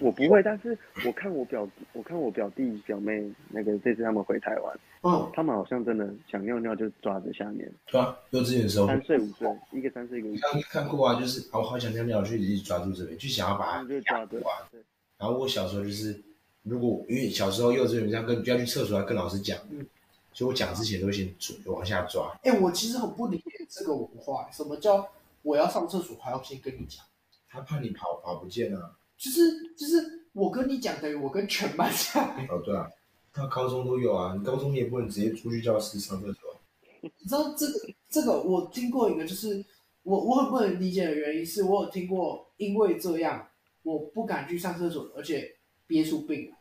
[SPEAKER 6] 我不会，但是我看我表我看我表弟表妹那个这次他们回台湾，
[SPEAKER 1] 嗯，
[SPEAKER 6] 他们好像真的想尿尿就抓着下面，
[SPEAKER 4] 对啊，幼稚园的时候，
[SPEAKER 6] 三岁五岁，一个三岁一个五
[SPEAKER 4] 你
[SPEAKER 6] 岁，
[SPEAKER 4] 刚看过啊，就是啊我好想尿尿，我就一直抓住这边，就想要
[SPEAKER 6] 他
[SPEAKER 4] 把
[SPEAKER 6] 们
[SPEAKER 4] 它
[SPEAKER 6] 就抓着。
[SPEAKER 4] 然后我小时候就是，如果因为小时候幼稚园要跟就要去厕所要跟老师讲，
[SPEAKER 1] 嗯
[SPEAKER 4] 所以我讲之前都会先准往下抓，
[SPEAKER 1] 哎、我其实很不理解这个文化、什么叫我要上厕所还要先跟你讲？
[SPEAKER 4] 他怕你跑跑不见啊。
[SPEAKER 1] 就是就是我跟你讲等于我跟全班讲，
[SPEAKER 4] 哦，对啊，他高中都有啊，你高中你也不能直接出去教室上厕所啊。
[SPEAKER 1] 你知道这个这个我听过一个，就是我我很不能理解的原因是我有听过，因为这样我不敢去上厕所，而且憋出病来。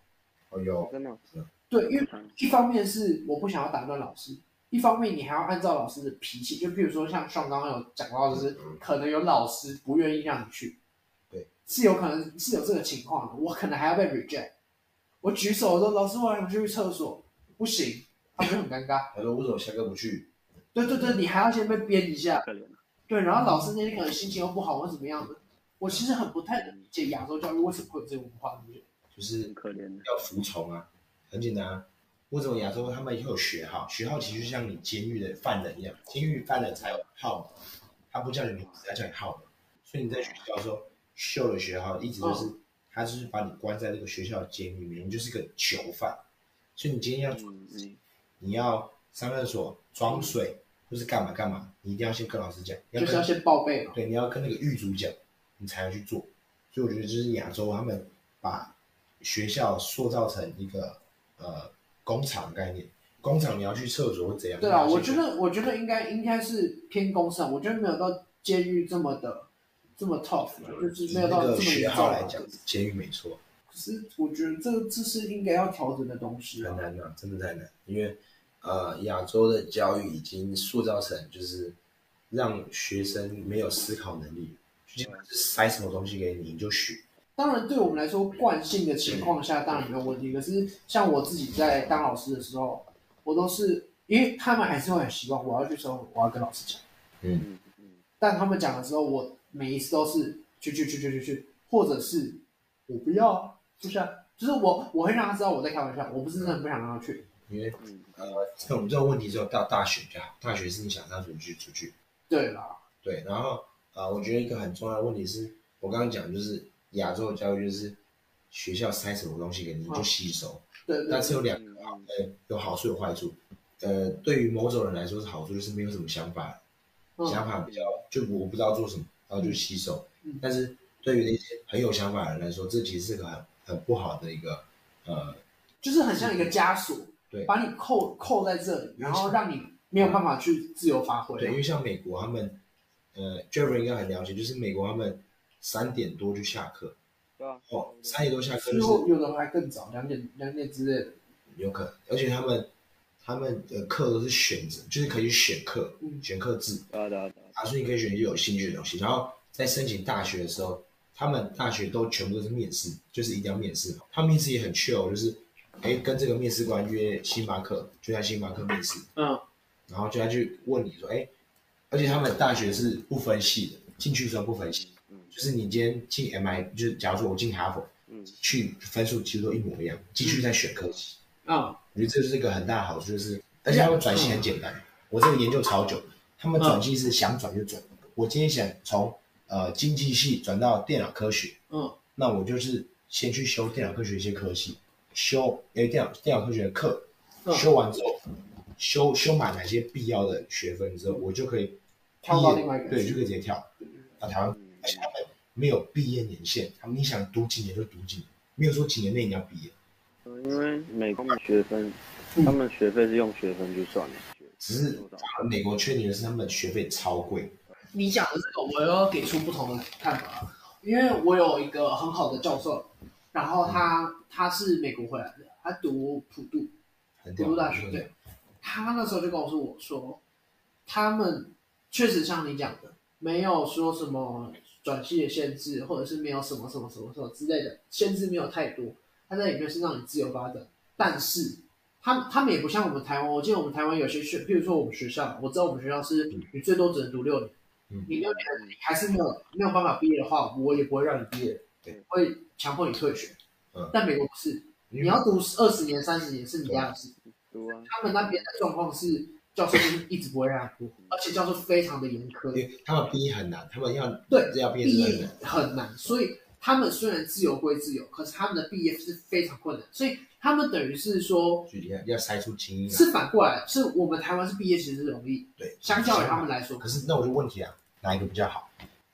[SPEAKER 4] 哦哟，
[SPEAKER 6] 真的，
[SPEAKER 1] 对，因为
[SPEAKER 6] 嗯
[SPEAKER 1] 一方面是我不想要打断老师，一方面你还要按照老师的脾气，就譬如说像上刚刚有讲到，
[SPEAKER 6] 嗯
[SPEAKER 1] 就是
[SPEAKER 4] 嗯
[SPEAKER 1] 可能有老师不愿意让你去，
[SPEAKER 4] 对，
[SPEAKER 1] 是有可能是有这个情况的，我可能还要被 reject。我举手说老师，我想去厕所，不行，他们就很尴尬。
[SPEAKER 4] 他说为什么下课不去？
[SPEAKER 1] 对对对，你还要先被编一下，
[SPEAKER 6] 嗯可怜。啊
[SPEAKER 1] 对，然后老师那天可能心情又不好或怎么样的，我其实很不太能理解亚洲教育为什么会有这种文化，对不对？
[SPEAKER 4] 就是
[SPEAKER 6] 很可怜的
[SPEAKER 4] 要服从啊，很简单啊。为什么亚洲他们也有学号？学号其实就像你监狱的犯人一样，监狱犯人才有号码，他不叫你名字，他叫你号码。所以你在学校的时候秀了学号，一直就是、
[SPEAKER 6] 嗯
[SPEAKER 4] 他就是把你关在这个学校的监狱里面，你就是个囚犯。所以你今天要
[SPEAKER 6] 嗯嗯，
[SPEAKER 4] 你要上厕所装水，或是干嘛干嘛，你一定要先跟老师讲，你要
[SPEAKER 1] 就是要
[SPEAKER 4] 跟
[SPEAKER 1] 先报备嘛。
[SPEAKER 4] 对，你要跟那个狱卒讲，你才能去做。所以我觉得就是亚洲他们把学校塑造成一个呃工厂概念，工厂你要去厕所会怎样？
[SPEAKER 1] 对啊，
[SPEAKER 4] 你要
[SPEAKER 1] 我
[SPEAKER 4] 先
[SPEAKER 1] 觉得我觉得应该应该是偏公上，我觉得没有到监狱这么的这么 tough，就是
[SPEAKER 4] 以
[SPEAKER 1] 没有
[SPEAKER 4] 那
[SPEAKER 1] 到这
[SPEAKER 4] 个
[SPEAKER 1] 么
[SPEAKER 4] 学
[SPEAKER 1] 严
[SPEAKER 4] 号
[SPEAKER 1] 重
[SPEAKER 4] 来
[SPEAKER 1] 啊。
[SPEAKER 4] 讲，监狱没错，
[SPEAKER 1] 可是我觉得这这是应该要调整的东西
[SPEAKER 4] 很
[SPEAKER 1] 啊。
[SPEAKER 4] 难啊，真的太难，因为呃亚洲的教育已经塑造成就是让学生没有思考能力，就基本上是塞什么东西给你你就学。
[SPEAKER 1] 当然，对我们来说，惯性的情况下当然没有问题。可是像我自己在当老师的时候，我都是因为他们还是会很习惯我要去说我要跟老师讲，
[SPEAKER 4] 嗯
[SPEAKER 6] 嗯，
[SPEAKER 1] 但他们讲的时候，我每一次都是去去去去去去，或者是我不要啊，就是啊，就是我我会让他知道我在开玩笑，我不是真的不想让他去。
[SPEAKER 4] 因为
[SPEAKER 6] 嗯
[SPEAKER 4] 呃，这种这种问题只有到大学比较好，大学是你想上出去出去。
[SPEAKER 1] 对啦，
[SPEAKER 4] 对，然后呃，我觉得一个很重要的问题是，我刚刚讲就是亚洲的教育就是学校塞什么东西给你你就吸收，
[SPEAKER 1] 哦对对对嗯
[SPEAKER 4] 但是有两个好，呃，有好处有坏处。呃，对于某种人来说是好处，就是没有什么想法，想
[SPEAKER 1] 嗯，
[SPEAKER 4] 法比较就我不知道做什么，然后就吸收。
[SPEAKER 1] 嗯
[SPEAKER 4] 但是对于那些很有想法的人来说，这其实是个很很不好的一个呃
[SPEAKER 1] 就是很像一个枷锁，
[SPEAKER 4] 对
[SPEAKER 1] 把你扣扣在这里，然后让你没有办法去自由发挥。
[SPEAKER 4] 对，因为像美国他们，呃 j e f f r y 应该很了解，就是美国他们三点多就下课，
[SPEAKER 6] 对啊，
[SPEAKER 4] 哦，三点多下
[SPEAKER 1] 之
[SPEAKER 4] 课就是
[SPEAKER 1] 后有的还更早，两点两点之类的。
[SPEAKER 4] 有可能，而且他们他们的课都是选择，就是可以选课，
[SPEAKER 1] 嗯
[SPEAKER 4] 选课制，
[SPEAKER 6] 对啊对啊对啊，
[SPEAKER 4] 啊，所以你可以选你有兴趣的东西。然后在申请大学的时候，他们大学都全部都是面试，就是一定要面试。他们面试也很 chill，就是哎跟这个面试官约星巴克，就在星巴克面试。
[SPEAKER 1] 嗯，
[SPEAKER 4] 然后就要去问你说，哎，而且他们大学是不分系的，进去的时候不分系，
[SPEAKER 6] 嗯
[SPEAKER 4] 就是你今天进 MI，就是假如说我进哈佛，
[SPEAKER 6] 嗯
[SPEAKER 4] 去分数几乎都一模一样，继续再选科系，
[SPEAKER 1] 啊，
[SPEAKER 4] 我觉得这是一个很大的好处，就是而且
[SPEAKER 1] 嗯
[SPEAKER 4] 他们转系很简单，我这个研究超久，他们转系是想转就转，我今天想从呃经济系转到电脑科学，
[SPEAKER 1] 嗯
[SPEAKER 4] 那我就是先去修电脑科学一些科系，修诶电脑电脑科学的课，
[SPEAKER 1] 嗯
[SPEAKER 4] 修完之后，修修满哪些必要的学分之后，我就可以
[SPEAKER 1] 跳到
[SPEAKER 4] 毕业
[SPEAKER 1] 另外一个
[SPEAKER 4] 对，就可以直接跳到台湾，
[SPEAKER 6] 嗯
[SPEAKER 4] 而且他们没有毕业年限，他们你想读几年就读几年，没有说几年内你要毕业，
[SPEAKER 6] 因为美国的学分，他们学费是用学分去算的。
[SPEAKER 4] 只是美国缺点的是他们的学费超贵，
[SPEAKER 1] 你讲的这个，我要给出不同的看法，因为我有一个很好的教授，然后他他是美国回来的，他读普渡，
[SPEAKER 4] 很
[SPEAKER 1] 普
[SPEAKER 4] 屌。
[SPEAKER 1] 渡大学对，他那时候就告诉我说，他们确实像你讲的，没有说什么转系的限制，或者是没有什么什么什么什么之类的限制，没有太多，他在里面是让你自由发展，但是。他他们也不像我们台湾，我记得我们台湾有些学，譬如说我们学校，我知道我们学校是你最多只能读六年，
[SPEAKER 4] 嗯
[SPEAKER 1] 你六年你还是没有没有办法毕业的话，我也不会让你毕业，
[SPEAKER 4] 对，
[SPEAKER 1] 会强迫你退学。
[SPEAKER 4] 嗯
[SPEAKER 1] 但美国不是，
[SPEAKER 4] 因
[SPEAKER 1] 你
[SPEAKER 4] 为
[SPEAKER 1] 要读二十年、三十年是你家的事，
[SPEAKER 6] 读啊，
[SPEAKER 1] 他们那边的状况是教授就是一直不会让他
[SPEAKER 4] 嗯
[SPEAKER 1] 读，而且教授非常的严苛，
[SPEAKER 4] 因为他们毕业很难，他们要
[SPEAKER 1] 对
[SPEAKER 4] 要毕业
[SPEAKER 1] 毕
[SPEAKER 4] 真的很
[SPEAKER 1] 业
[SPEAKER 4] 难。
[SPEAKER 1] 很难，所以他们虽然自由归自由，可是他们的毕业是非常困难，所以他们等于是说
[SPEAKER 4] 距离要筛出精英来，
[SPEAKER 1] 是反过来，是我们台湾是毕业其实是容易，
[SPEAKER 4] 对，
[SPEAKER 1] 相较于他们来说
[SPEAKER 4] 可，是那我就问题啊，哪一个比较好？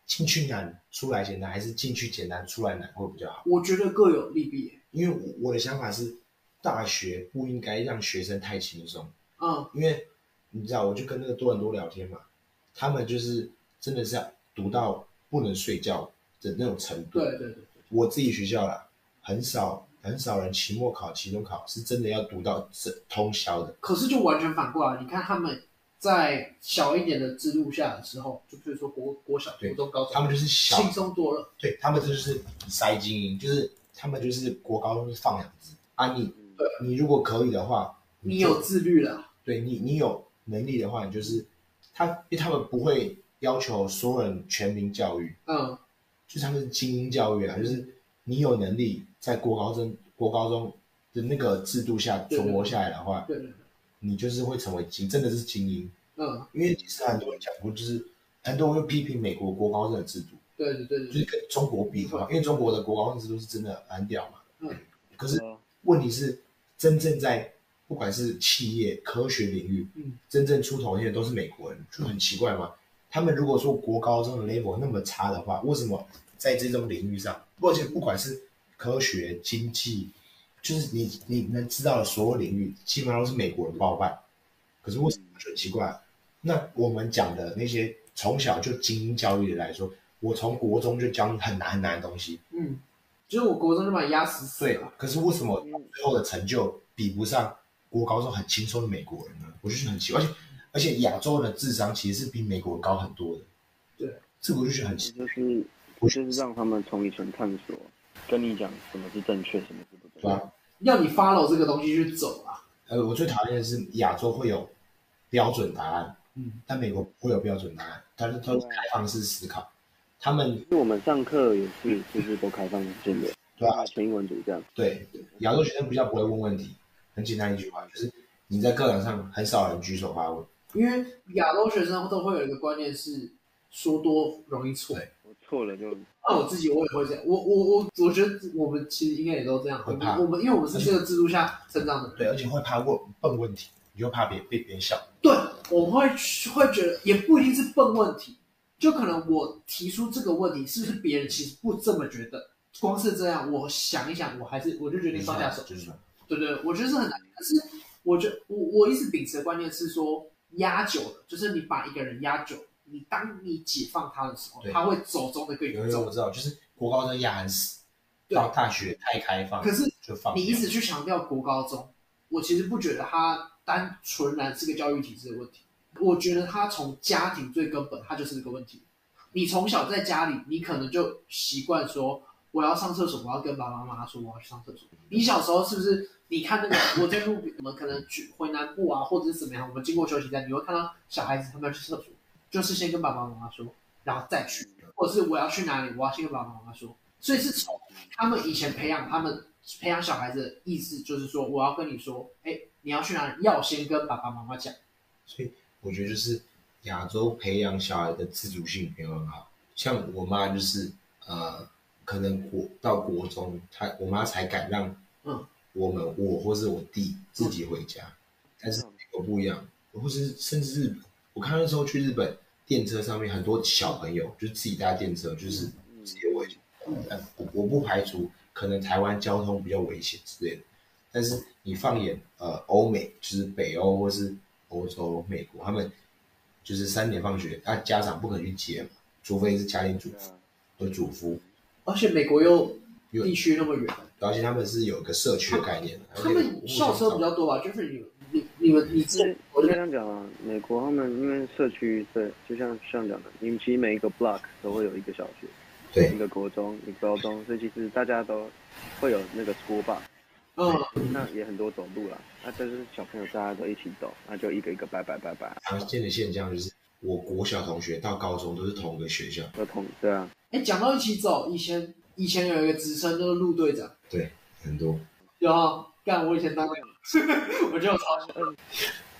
[SPEAKER 4] 进去难，出来简单，还是进去简单，出来难会比较好？
[SPEAKER 1] 我觉得各有利弊耶，
[SPEAKER 4] 因为我我的想法是，大学不应该让学生太轻松，
[SPEAKER 1] 嗯
[SPEAKER 4] 因为你知道，我就跟那个多伦多聊天嘛，他们就是真的是要读到不能睡觉的那种程度。
[SPEAKER 1] 对对对对，
[SPEAKER 4] 我自己学校啦，很少很少人期末考、期中考是真的要读到整通宵的。
[SPEAKER 1] 可是就完全反过来，你看他们在小一点的制度下的时候，就比如说国国小、
[SPEAKER 4] 对
[SPEAKER 1] 国中、高中，
[SPEAKER 4] 他们就是小
[SPEAKER 1] 轻松多了，
[SPEAKER 4] 对他们就是塞精英，就是他们就是国高中是放养制啊你。你如果可以的话，
[SPEAKER 1] 你
[SPEAKER 4] 就
[SPEAKER 1] 有自律了。
[SPEAKER 4] 对你你有能力的话，你就是他，因为他们不会要求所有人全民教育，
[SPEAKER 1] 嗯，
[SPEAKER 4] 就是他们是精英教育啊，就是你有能力在国高中国高中的那个制度下
[SPEAKER 1] 对对
[SPEAKER 4] 存活下来的话，
[SPEAKER 1] 对对对，
[SPEAKER 4] 你就是会成为精，真的是精英。
[SPEAKER 1] 嗯，
[SPEAKER 4] 因为其实很多人讲过，就是很多人会批评美国国高中的制度，
[SPEAKER 1] 对对对
[SPEAKER 4] 就
[SPEAKER 1] 对
[SPEAKER 4] 是跟中国比的话，因为中国的国高中制度是真的很屌嘛。
[SPEAKER 1] 嗯。
[SPEAKER 4] 可是
[SPEAKER 6] 读啊
[SPEAKER 4] 问题是，真正在不管是企业、科学领域，
[SPEAKER 1] 嗯，
[SPEAKER 4] 真正出头天的都是美国人，就很奇怪嘛。他们如果说国高中的 level 那么差的话，为什么在这种领域上，而且不管是科学、经济，就是你你能知道的所有领域，基本上都是美国人包办。可是为什么就很奇怪？啊那我们讲的那些从小就精英教育的来说，我从国中就教你很难很难的东西，
[SPEAKER 1] 嗯，就是我国中就把你压死死
[SPEAKER 4] 对
[SPEAKER 1] 了。，
[SPEAKER 4] 可是为什
[SPEAKER 1] 嗯
[SPEAKER 4] 么最后的成就比不上国高中很轻松的美国人呢？我就觉得很奇怪，而且而且亚洲人的智商其实是比美国人高很多的。
[SPEAKER 1] 对，
[SPEAKER 4] 这个我就觉得很奇
[SPEAKER 6] 就是就是让他们从以前探索，跟你讲什么是正确，什么是不
[SPEAKER 4] 怪
[SPEAKER 6] 正确。
[SPEAKER 4] 啊。
[SPEAKER 1] 要你 follow 这个东西去走啊。
[SPEAKER 4] 呃，我最讨厌的是亚洲会有标准答案，
[SPEAKER 1] 嗯，
[SPEAKER 4] 但美国不会有标准答案，它是都是开放式思考，他们
[SPEAKER 6] 就我们上课也是，就是都开放性的，
[SPEAKER 4] 对啊，
[SPEAKER 6] 全英文组这样。
[SPEAKER 4] 对，亚洲学生比较不会问问题，很简单一句话，就是你在课堂上很少人举手发问，
[SPEAKER 1] 因为亚洲学生都会有一个观念是说多容易错。
[SPEAKER 4] 对
[SPEAKER 6] 我错了就
[SPEAKER 1] 那我自己我也会这样，我我我我觉得我们其实应该也都这样。我
[SPEAKER 4] 会怕
[SPEAKER 1] 们我们因为我们是这个制度下成长的人，
[SPEAKER 4] 对，而且会怕问笨问题，你又怕别被别人笑。
[SPEAKER 1] 对，我们会会觉得也不一定是笨问题，就可能我提出这个问题，是不是别人其实不这么觉得？光是这样，我想一想，我还是我就决定放下手。
[SPEAKER 4] 就是说
[SPEAKER 1] 对对，我觉得是
[SPEAKER 4] 嗯
[SPEAKER 1] 很难。可是我觉得我我一直秉持的观念是说，压久了，就是你把一个人压久了，你当你解放他的时候，
[SPEAKER 4] 对
[SPEAKER 1] 他会走中的更
[SPEAKER 4] 有
[SPEAKER 1] 严
[SPEAKER 4] 一种
[SPEAKER 1] 重
[SPEAKER 4] 我。知道，就是国高中压很死，
[SPEAKER 1] 对
[SPEAKER 4] 到大学太开放，
[SPEAKER 1] 可是
[SPEAKER 4] 就放
[SPEAKER 1] 你一
[SPEAKER 4] 掉
[SPEAKER 1] 直去强调国高中，我其实不觉得它单纯然是个教育体制的问题，我觉得它从家庭最根本，它就是这个问题。你从小在家里，你可能就习惯说我要上厕所，我要跟爸爸妈妈说我要去上厕所。你小时候是不是？你看那个我在路边，我们可能去回南部啊，或者是怎么样，我们经过休息站，你会看到小孩子他们要去厕所，就是先跟爸爸妈妈说，然后再去，或者是我要去哪里，我要先跟爸爸妈妈说。所以是从他们以前培养他们培养小孩子的意识，就是说我要跟你说，哎，你要去哪里，要先跟爸爸妈妈讲。
[SPEAKER 4] 所以我觉得就是亚洲培养小孩的自主性没有很好，像我妈就是呃，可能国到国中，她我妈才敢让
[SPEAKER 1] 嗯
[SPEAKER 4] 我们我或是我弟自己回家，但是美国不一样，或是甚至日本，我看那时候去日本电车上面很多小朋友就自己搭电车，就是直接回家，呃我我不排除可能台湾交通比较危险之类的。但是你放眼呃欧美，就是北欧或是欧洲、美国，他们就是三点放学，那、啊家长不可能去接嘛，除非是家庭主
[SPEAKER 1] 啊
[SPEAKER 4] 妇和主夫，
[SPEAKER 1] 而且美国又地
[SPEAKER 4] 因为
[SPEAKER 1] 区那么远，
[SPEAKER 4] 而且他们是有一个社区的概念的，
[SPEAKER 1] 他们校车比较多吧？就是你你你们你自
[SPEAKER 6] 对
[SPEAKER 1] 己，我这
[SPEAKER 6] 就
[SPEAKER 1] 边
[SPEAKER 6] 像讲啊，美国他们因为社区对，就像像讲的，你们其实每一个 block 都会有一个小学，
[SPEAKER 4] 对
[SPEAKER 6] 一个国中，一个高中，所以其实大家都会有那个 school bus，
[SPEAKER 1] 嗯，
[SPEAKER 6] 那也很多走路啦，那就是小朋友大家都一起走，那就一个一个拜拜拜拜，
[SPEAKER 4] 常见的现象，就是我国小同学到高中都是同一个学校，
[SPEAKER 6] 都同对啊，
[SPEAKER 1] 哎，讲到一起走，以前以前有一个职称就是陆队长，
[SPEAKER 4] 对，很多
[SPEAKER 1] 有啊，干我以前当过， [LAUGHS] 我就有超喜欢。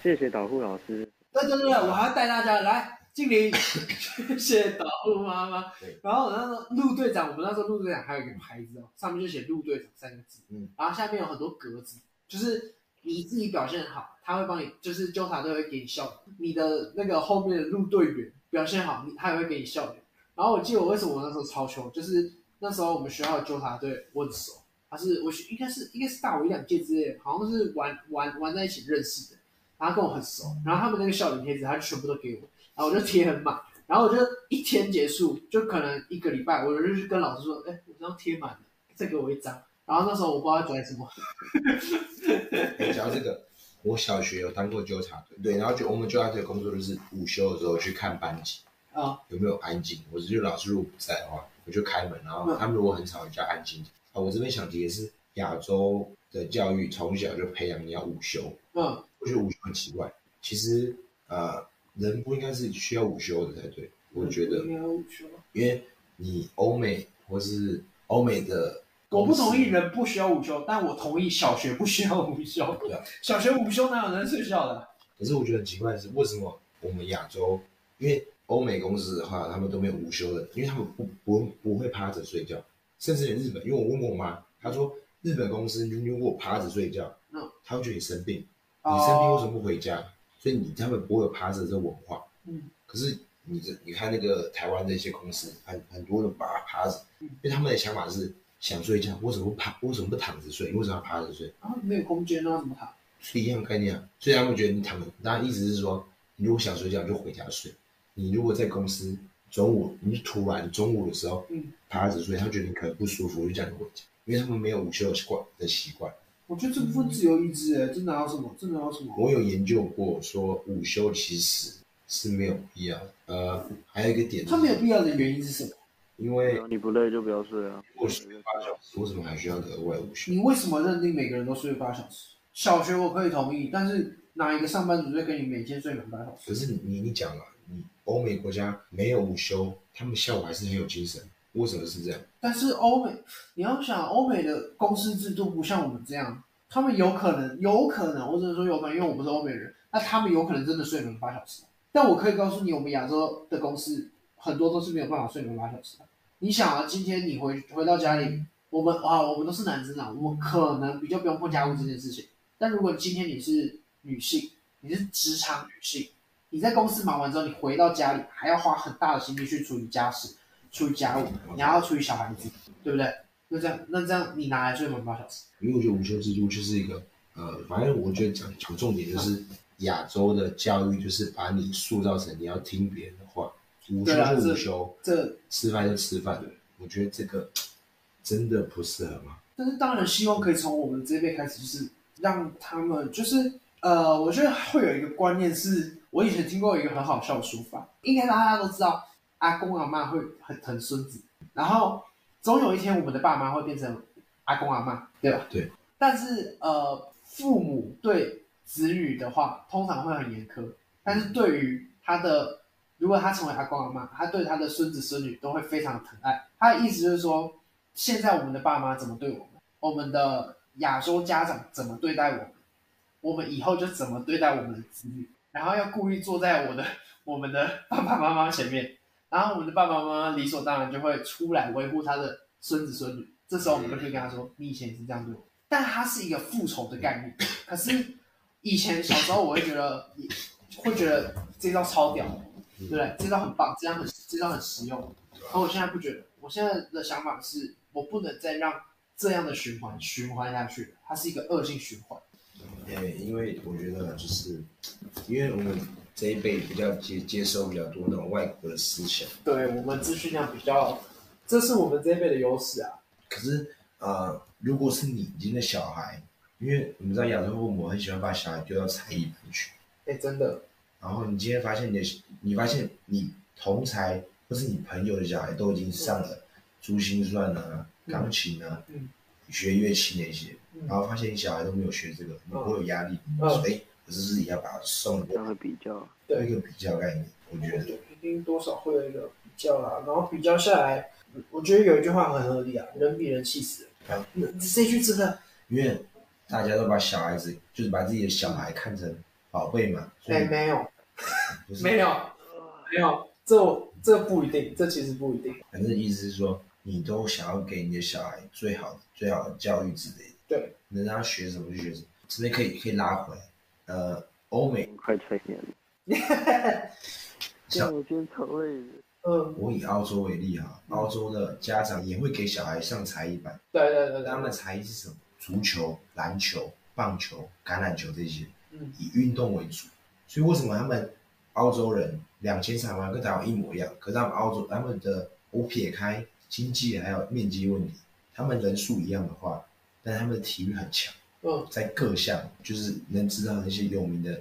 [SPEAKER 6] 谢谢导护老师，
[SPEAKER 1] 对对对，我还要带大家来敬礼，谢谢导护妈妈
[SPEAKER 4] 对。
[SPEAKER 1] 然后我那时候陆队长，我们那时候陆队长还有一个牌子哦，上面就写陆队长三个字，
[SPEAKER 4] 嗯，
[SPEAKER 1] 然后下面有很多格子，就是你自己表现好，他会帮你，就是纠察队会给你笑脸，你的那个后面的陆队员表现好，你他也会给你笑脸。然后我记得我为什么我那时候超穷，就是那时候我们学校的纠察队我很熟，他是我学应该是应该是大我一两届之类的，好像是玩玩玩在一起认识的。然后跟我很熟，然后他们那个笑脸贴纸，他就全部都给我，然后我就贴很满，然后我就一天结束，就可能一个礼拜，我就去跟老师说，哎，我这张贴满了，再给我一张。然后那时候我不知道拽什么，
[SPEAKER 4] 哎讲到这个，我小学有当过纠察队，对，然后就我们纠察队的工作就是午休的时候去看班级
[SPEAKER 1] 啊
[SPEAKER 4] 有没有安静，我只是老师如果不在的话，我就开门，然后
[SPEAKER 1] 嗯
[SPEAKER 4] 他们如果很吵，我就叫安静。啊，我这边想提的是亚洲的教育从小就培养你要午休，
[SPEAKER 1] 嗯，
[SPEAKER 4] 我觉得午休很奇怪，其实呃，人不应该是需要午休的才对，我觉得，
[SPEAKER 1] 没有午休
[SPEAKER 4] 因为你欧美或是欧美的
[SPEAKER 1] 我
[SPEAKER 4] 公
[SPEAKER 1] 不
[SPEAKER 4] 司，
[SPEAKER 1] 同意人不需要午休，但我同意小学不需要午休
[SPEAKER 4] 对啊。
[SPEAKER 1] [LAUGHS] 小学午休哪有人睡觉的？
[SPEAKER 4] 可是我觉得很奇怪的是，为什么我们亚洲，因为欧美公司的话，他们都没有午休的，因为他们不不不会趴着睡觉，甚至连日本，因为我问过我妈，她说日本公司你如果趴着睡觉，
[SPEAKER 1] 嗯，
[SPEAKER 4] 她会觉得你生病，
[SPEAKER 1] 哦
[SPEAKER 4] 你生病为什么不回家？所以你他们不会有趴着这文化，
[SPEAKER 1] 嗯，
[SPEAKER 4] 可是你这你看那个台湾的一些公司，很很多人把它趴着，
[SPEAKER 1] 嗯
[SPEAKER 4] 因为他们的想法是想睡觉，为什么不趴？为什么不躺着睡？为什么要趴着睡？
[SPEAKER 1] 然后没有空间啊，怎么谈？
[SPEAKER 4] 是一样概念啊。所以他们觉得你躺着，那意思是说，你如果想睡觉你就回家睡，你如果在公司中午，你突然中午的时候
[SPEAKER 1] 嗯
[SPEAKER 4] 趴着睡，他觉得你可能不舒服，就叫你回家，因为他们没有午休的习惯的习惯。
[SPEAKER 1] 我觉得这部分自由意志，哎，这哪有什么？这哪有什么？
[SPEAKER 4] 我有研究过说，午休其实是没有必要的。呃，还有一个点，
[SPEAKER 1] 他没有必要的原因是什么？
[SPEAKER 4] 因为
[SPEAKER 6] 然后你不累就不要睡啊，
[SPEAKER 4] 如果是八小时，为什么还需要额外午休？
[SPEAKER 1] 你为什么认定每个人都睡八小时？小学我可以同意，但是哪一个上班族会跟你每天睡满八小时？
[SPEAKER 4] 可是你你你讲了，你欧美国家没有午休，他们下午还是很有精神，为什么是这样？
[SPEAKER 1] 但是欧美，你要想欧美的公司制度不像我们这样，他们有可能，有可能，我只能说有可能，因为我不是欧美人，那他们有可能真的睡满八小时。但我可以告诉你，我们亚洲的公司很多都是没有办法睡满八小时的。你想啊，今天你回回到家里，我们啊，我们都是男生啊，我们可能比较不用碰家务这件事情。但如果今天你是女性，你是职场女性，你在公司忙完之后，你回到家里还要花很大的心力去处理家事、处理家务，你还要处理小孩子，对不对？那这样，那这样你拿来睡满八小时？
[SPEAKER 4] 因为我觉得午休制度就是一个，呃，反正我觉得讲讲重点就是亚洲的教育就是把你塑造成你要听别人的话，午
[SPEAKER 1] 对啊
[SPEAKER 4] 休就
[SPEAKER 1] 这
[SPEAKER 4] 午休，
[SPEAKER 1] 这，
[SPEAKER 4] 吃饭就吃饭。我觉得这个真的不适合嘛。
[SPEAKER 1] 但是当然，希望可以从我们这边开始，就是让他们，就是呃，我觉得会有一个观念是，我以前听过一个很好笑的说法，应该大家都知道，阿公阿妈会很疼孙子，然后总有一天我们的爸妈会变成阿公阿妈，对吧？
[SPEAKER 4] 对。
[SPEAKER 1] 但是呃，父母对子女的话，通常会很严苛，但是对于他的如果他成为阿公阿妈，他对他的孙子孙女都会非常疼爱。他的意思就是说，现在我们的爸妈怎么对我们，我们的亚洲家长怎么对待我们，我们以后就怎么对待我们的子女。然后要故意坐在我的我们的爸爸妈妈前面，然后我们的爸爸妈妈理所当然就会出来维护他的孙子孙女。这时候我们就可以跟他说：“你以前也是这样对我。”但它是一个复仇的概念。可是以前小时候我会觉得，会觉得这招超屌，对不对？这招很棒，这招很这招很实用。可我现在不觉得，我现在的想法是我不能再让这样的循环循环下去，它是一个恶性循环。
[SPEAKER 4] 诶，因为我觉得就是，因为我们这一辈比较接接收比较多那种外国的思想，
[SPEAKER 1] 对我们资讯量比较，这是我们这一辈的优势啊。
[SPEAKER 4] 可是呃，如果是你已经的小孩，因为我们知道亚洲父母很喜欢把小孩丢到才艺班去，
[SPEAKER 1] 哎，真的，
[SPEAKER 4] 然后你今天发现你的，你发现你同才或是你朋友的小孩都已经上了珠心算啊、
[SPEAKER 1] 嗯
[SPEAKER 4] 钢琴啊、
[SPEAKER 1] 嗯
[SPEAKER 4] 学乐器那些，
[SPEAKER 1] 嗯
[SPEAKER 4] 然后发现你小孩都没有学这个，你会有压力，
[SPEAKER 1] 嗯
[SPEAKER 4] 所以我是不是也要把他送
[SPEAKER 6] 这样
[SPEAKER 4] 过
[SPEAKER 6] 会比较。
[SPEAKER 4] 做一个比较概念？我觉得，
[SPEAKER 1] 一定多少会有一个比较啦。然后比较下来，我觉得有一句话很合理啊：人比人气死人。嗯这句真的，
[SPEAKER 4] 因为大家都把小孩子就是把自己的小孩看成宝贝嘛，所以
[SPEAKER 1] 哎，没有，
[SPEAKER 4] 不是
[SPEAKER 1] 没有，没有，这我这不一定，这其实不一定。
[SPEAKER 4] 反正意思是说，你都想要给你的小孩最好的、最好的教育之类的，
[SPEAKER 1] 对，
[SPEAKER 4] 能让他学什么就学什么。这边可以可以拉回来，呃，欧美，
[SPEAKER 6] 快催眠了。
[SPEAKER 4] 像
[SPEAKER 6] 像我今天肠胃，
[SPEAKER 1] 嗯，
[SPEAKER 4] 我以澳洲为例哈，澳洲的家长也会给小孩上才艺班，
[SPEAKER 1] 对对对
[SPEAKER 4] 他们
[SPEAKER 1] 对，
[SPEAKER 4] 的才艺是什么？足球、篮球、棒球、橄榄球这些，
[SPEAKER 1] 嗯
[SPEAKER 4] 以运动为主。所以为什么他们澳洲人两千台湾跟台湾一模一样？可是他们澳洲他们的我撇开经济还有面积问题，他们人数一样的话，但他们的体育很强，
[SPEAKER 1] 嗯
[SPEAKER 4] 在各项就是能知道那些有名的，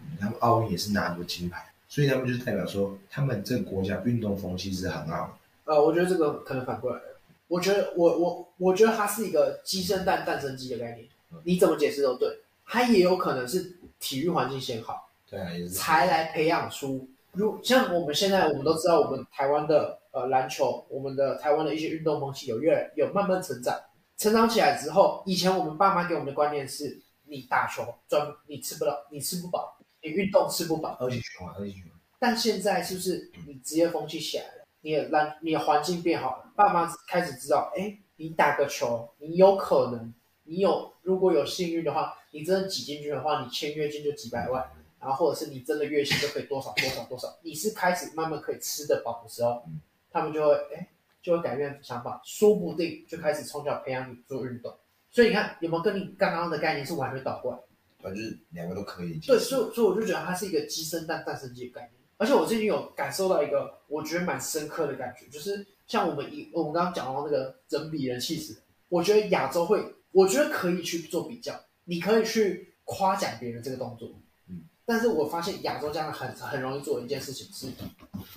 [SPEAKER 1] 嗯，
[SPEAKER 4] 他们奥运也是拿很多金牌，所以他们就代表说他们这个国家运动风气是很好的。
[SPEAKER 1] 呃，我觉得这个可能反过来了。我觉得我我我觉得它是一个鸡生蛋，蛋生鸡的概念，你怎么解释都对。它也有可能是体育环境先好，
[SPEAKER 4] 对啊，也是
[SPEAKER 1] 才来培养出。如像我们现在，我们都知道，我们台湾的呃篮球，我们的台湾的一些运动风气有越来有慢慢成长，成长起来之后，以前我们爸妈给我们的观念是，你打球专你吃不了，你吃不饱，你运动吃不饱。
[SPEAKER 4] 恶性循环，恶性循环。
[SPEAKER 1] 但现在是不是你职业风气起来了，你的篮你的环境变好了，爸妈开始知道，哎，你打个球，你有可能，你有如果有幸运的话，你真的挤进去的话，你签约金就几百万。然后或者是你真的月薪就可以多少多少多少，你是开始慢慢可以吃得饱的时候
[SPEAKER 4] 嗯，
[SPEAKER 1] 他们就会哎就会改变想法，说不定就开始从小培养你做运动。所以你看有没有跟你刚刚的概念是完全倒过来？
[SPEAKER 4] 对啊，就是两个都可以接受。
[SPEAKER 1] 对，所以所以我就觉得它是一个鸡生蛋，蛋生鸡的概念。而且我最近有感受到一个我觉得蛮深刻的感觉，就是像我们一我们刚刚讲到那个人比人气死人，我觉得亚洲会，我觉得可以去做比较，你可以去夸奖别人这个动作。
[SPEAKER 4] 嗯，
[SPEAKER 1] 但是我发现亚洲家长很很容易做的一件事情是，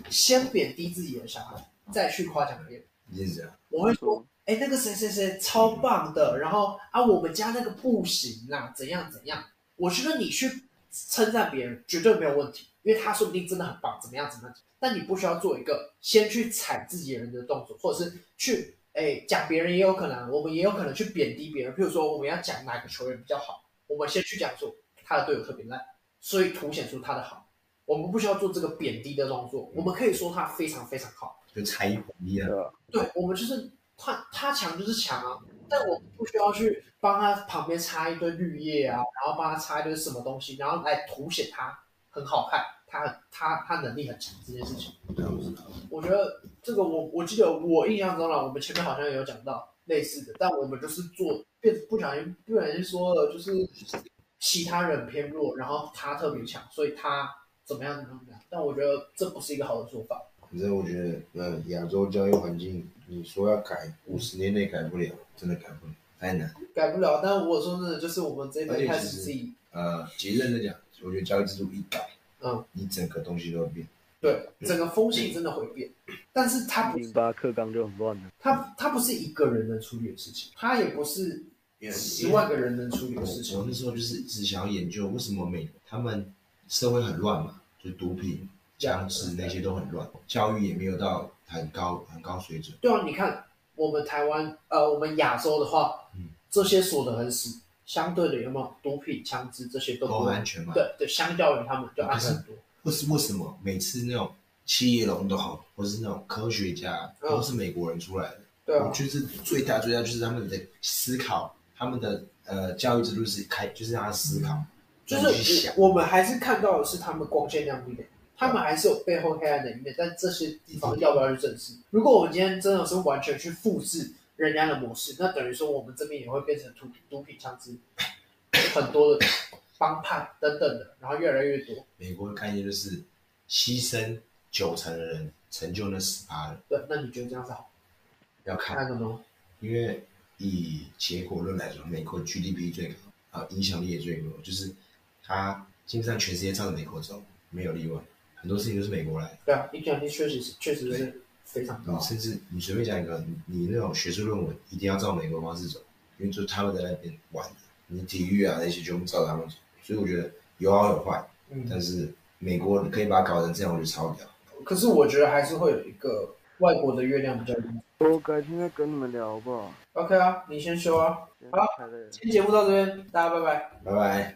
[SPEAKER 1] 先贬低自己的小孩，再去夸奖别人。
[SPEAKER 4] 也是这样。
[SPEAKER 1] 我会说，哎，那个谁谁谁超棒的，然后啊，我们家那个不行啦，怎样怎样。我觉得你去称赞别人绝对没有问题，因为他说不定真的很棒，怎么样怎么样。但你不需要做一个先去踩自己人的动作，或者是去哎讲别人也有可能，我们也有可能去贬低别人。譬如说，我们要讲哪个球员比较好，我们先去讲说他的队友特别烂，所以凸显出他的好。我们不需要做这个贬低的动作，我们可以说他非常非常好。
[SPEAKER 4] 就才艺不一样。啊
[SPEAKER 1] 对，我们就是他他强就是强啊，但我们不需要去帮他旁边插一堆绿叶啊，然后帮他插一堆什么东西，然后来凸显他很好看，他他他能力很强这件事情。我觉得这个我我记得我印象中了，我们前面好像也有讲到类似的，但我们就是做变不小心不小心说了，就是其他人偏弱，然后他特别强，所以他怎么样怎么样怎么样，但我觉得这不是一个好的说法。
[SPEAKER 4] 反正我觉得，呃，亚洲教育环境，你说要改，五十年内改不了，真的改不了，太难。
[SPEAKER 1] 改不了。但我说真的，就是我们这一
[SPEAKER 4] 而
[SPEAKER 1] 辈
[SPEAKER 4] 且
[SPEAKER 1] 开
[SPEAKER 4] 其
[SPEAKER 1] 始
[SPEAKER 4] 实
[SPEAKER 1] 自己，
[SPEAKER 4] 呃，其实认真讲，我觉得教育制度一改，
[SPEAKER 1] 嗯，
[SPEAKER 4] 你整个东西都会变。
[SPEAKER 1] 对整个风气真的会变。但是它不，
[SPEAKER 4] 嗯
[SPEAKER 6] 零八课纲就很乱了。
[SPEAKER 1] 它它不是一个人能处理的事情，它也不是十万个人能处理的事
[SPEAKER 4] 我
[SPEAKER 1] 情。
[SPEAKER 4] 那时候就是一直想要研究为什么美他们社会很乱嘛，就毒品、样式那些都很乱，教育也没有到很高很高水准。
[SPEAKER 1] 对啊，你看我们台湾，呃，我们亚洲的话，
[SPEAKER 4] 嗯
[SPEAKER 1] 这些锁得很死，相对的有没有毒品、枪支这些都不
[SPEAKER 4] 都安全嘛
[SPEAKER 1] 对对，相较于他们就安很多。
[SPEAKER 4] 为什为什么每次那种七叶龙都好，或是那种科学家
[SPEAKER 1] 嗯
[SPEAKER 4] 都是美国人出来的？
[SPEAKER 1] 对
[SPEAKER 4] 我
[SPEAKER 1] 啊，
[SPEAKER 4] 觉得是最大最大就是他们的思考，他们的呃教育制度是开，就是让他思考，
[SPEAKER 1] 嗯就
[SPEAKER 4] 让他去
[SPEAKER 1] 是
[SPEAKER 4] 想。
[SPEAKER 1] 我我们还是看到的是他们光鲜亮丽的，他们还是有背后黑暗的一面，但这些地方要不要去正视？如果我们今天真的是完全去复制人家的模式，那等于说我们这边也会变成毒毒品、枪支 [COUGHS] 很多的帮派等等的，然后越来越多。
[SPEAKER 4] 美国的概念就是牺牲九成的人成就那十八人，
[SPEAKER 1] 对，那你觉得这样是好？
[SPEAKER 4] 要看
[SPEAKER 1] 看什么？
[SPEAKER 4] 因为以结果论来说，美国 GDP 最高，啊，影响力也最高，就是它基本上全世界照着美国走，没有例外，很多事情都是美国来的。
[SPEAKER 1] 对啊，影响力确实是确实是非常
[SPEAKER 4] 然
[SPEAKER 1] 高
[SPEAKER 4] 后。甚至你随便讲一个，你你那种学术论文一定要照美国方式走，因为就他们在那边玩的，你体育啊那些全部照他们走。所以我觉得有好有坏，
[SPEAKER 1] 嗯，
[SPEAKER 4] 但是美国可以把它搞成这样，我觉得超屌。
[SPEAKER 1] 可是我觉得还是会有一个外国的月亮比较圆。
[SPEAKER 6] 我哦改天再跟你们聊吧，
[SPEAKER 1] OK 啊，你先修啊。
[SPEAKER 6] 今天
[SPEAKER 1] 好
[SPEAKER 6] 太累了。
[SPEAKER 1] 今天节目到这边，大家拜拜。
[SPEAKER 4] 拜拜。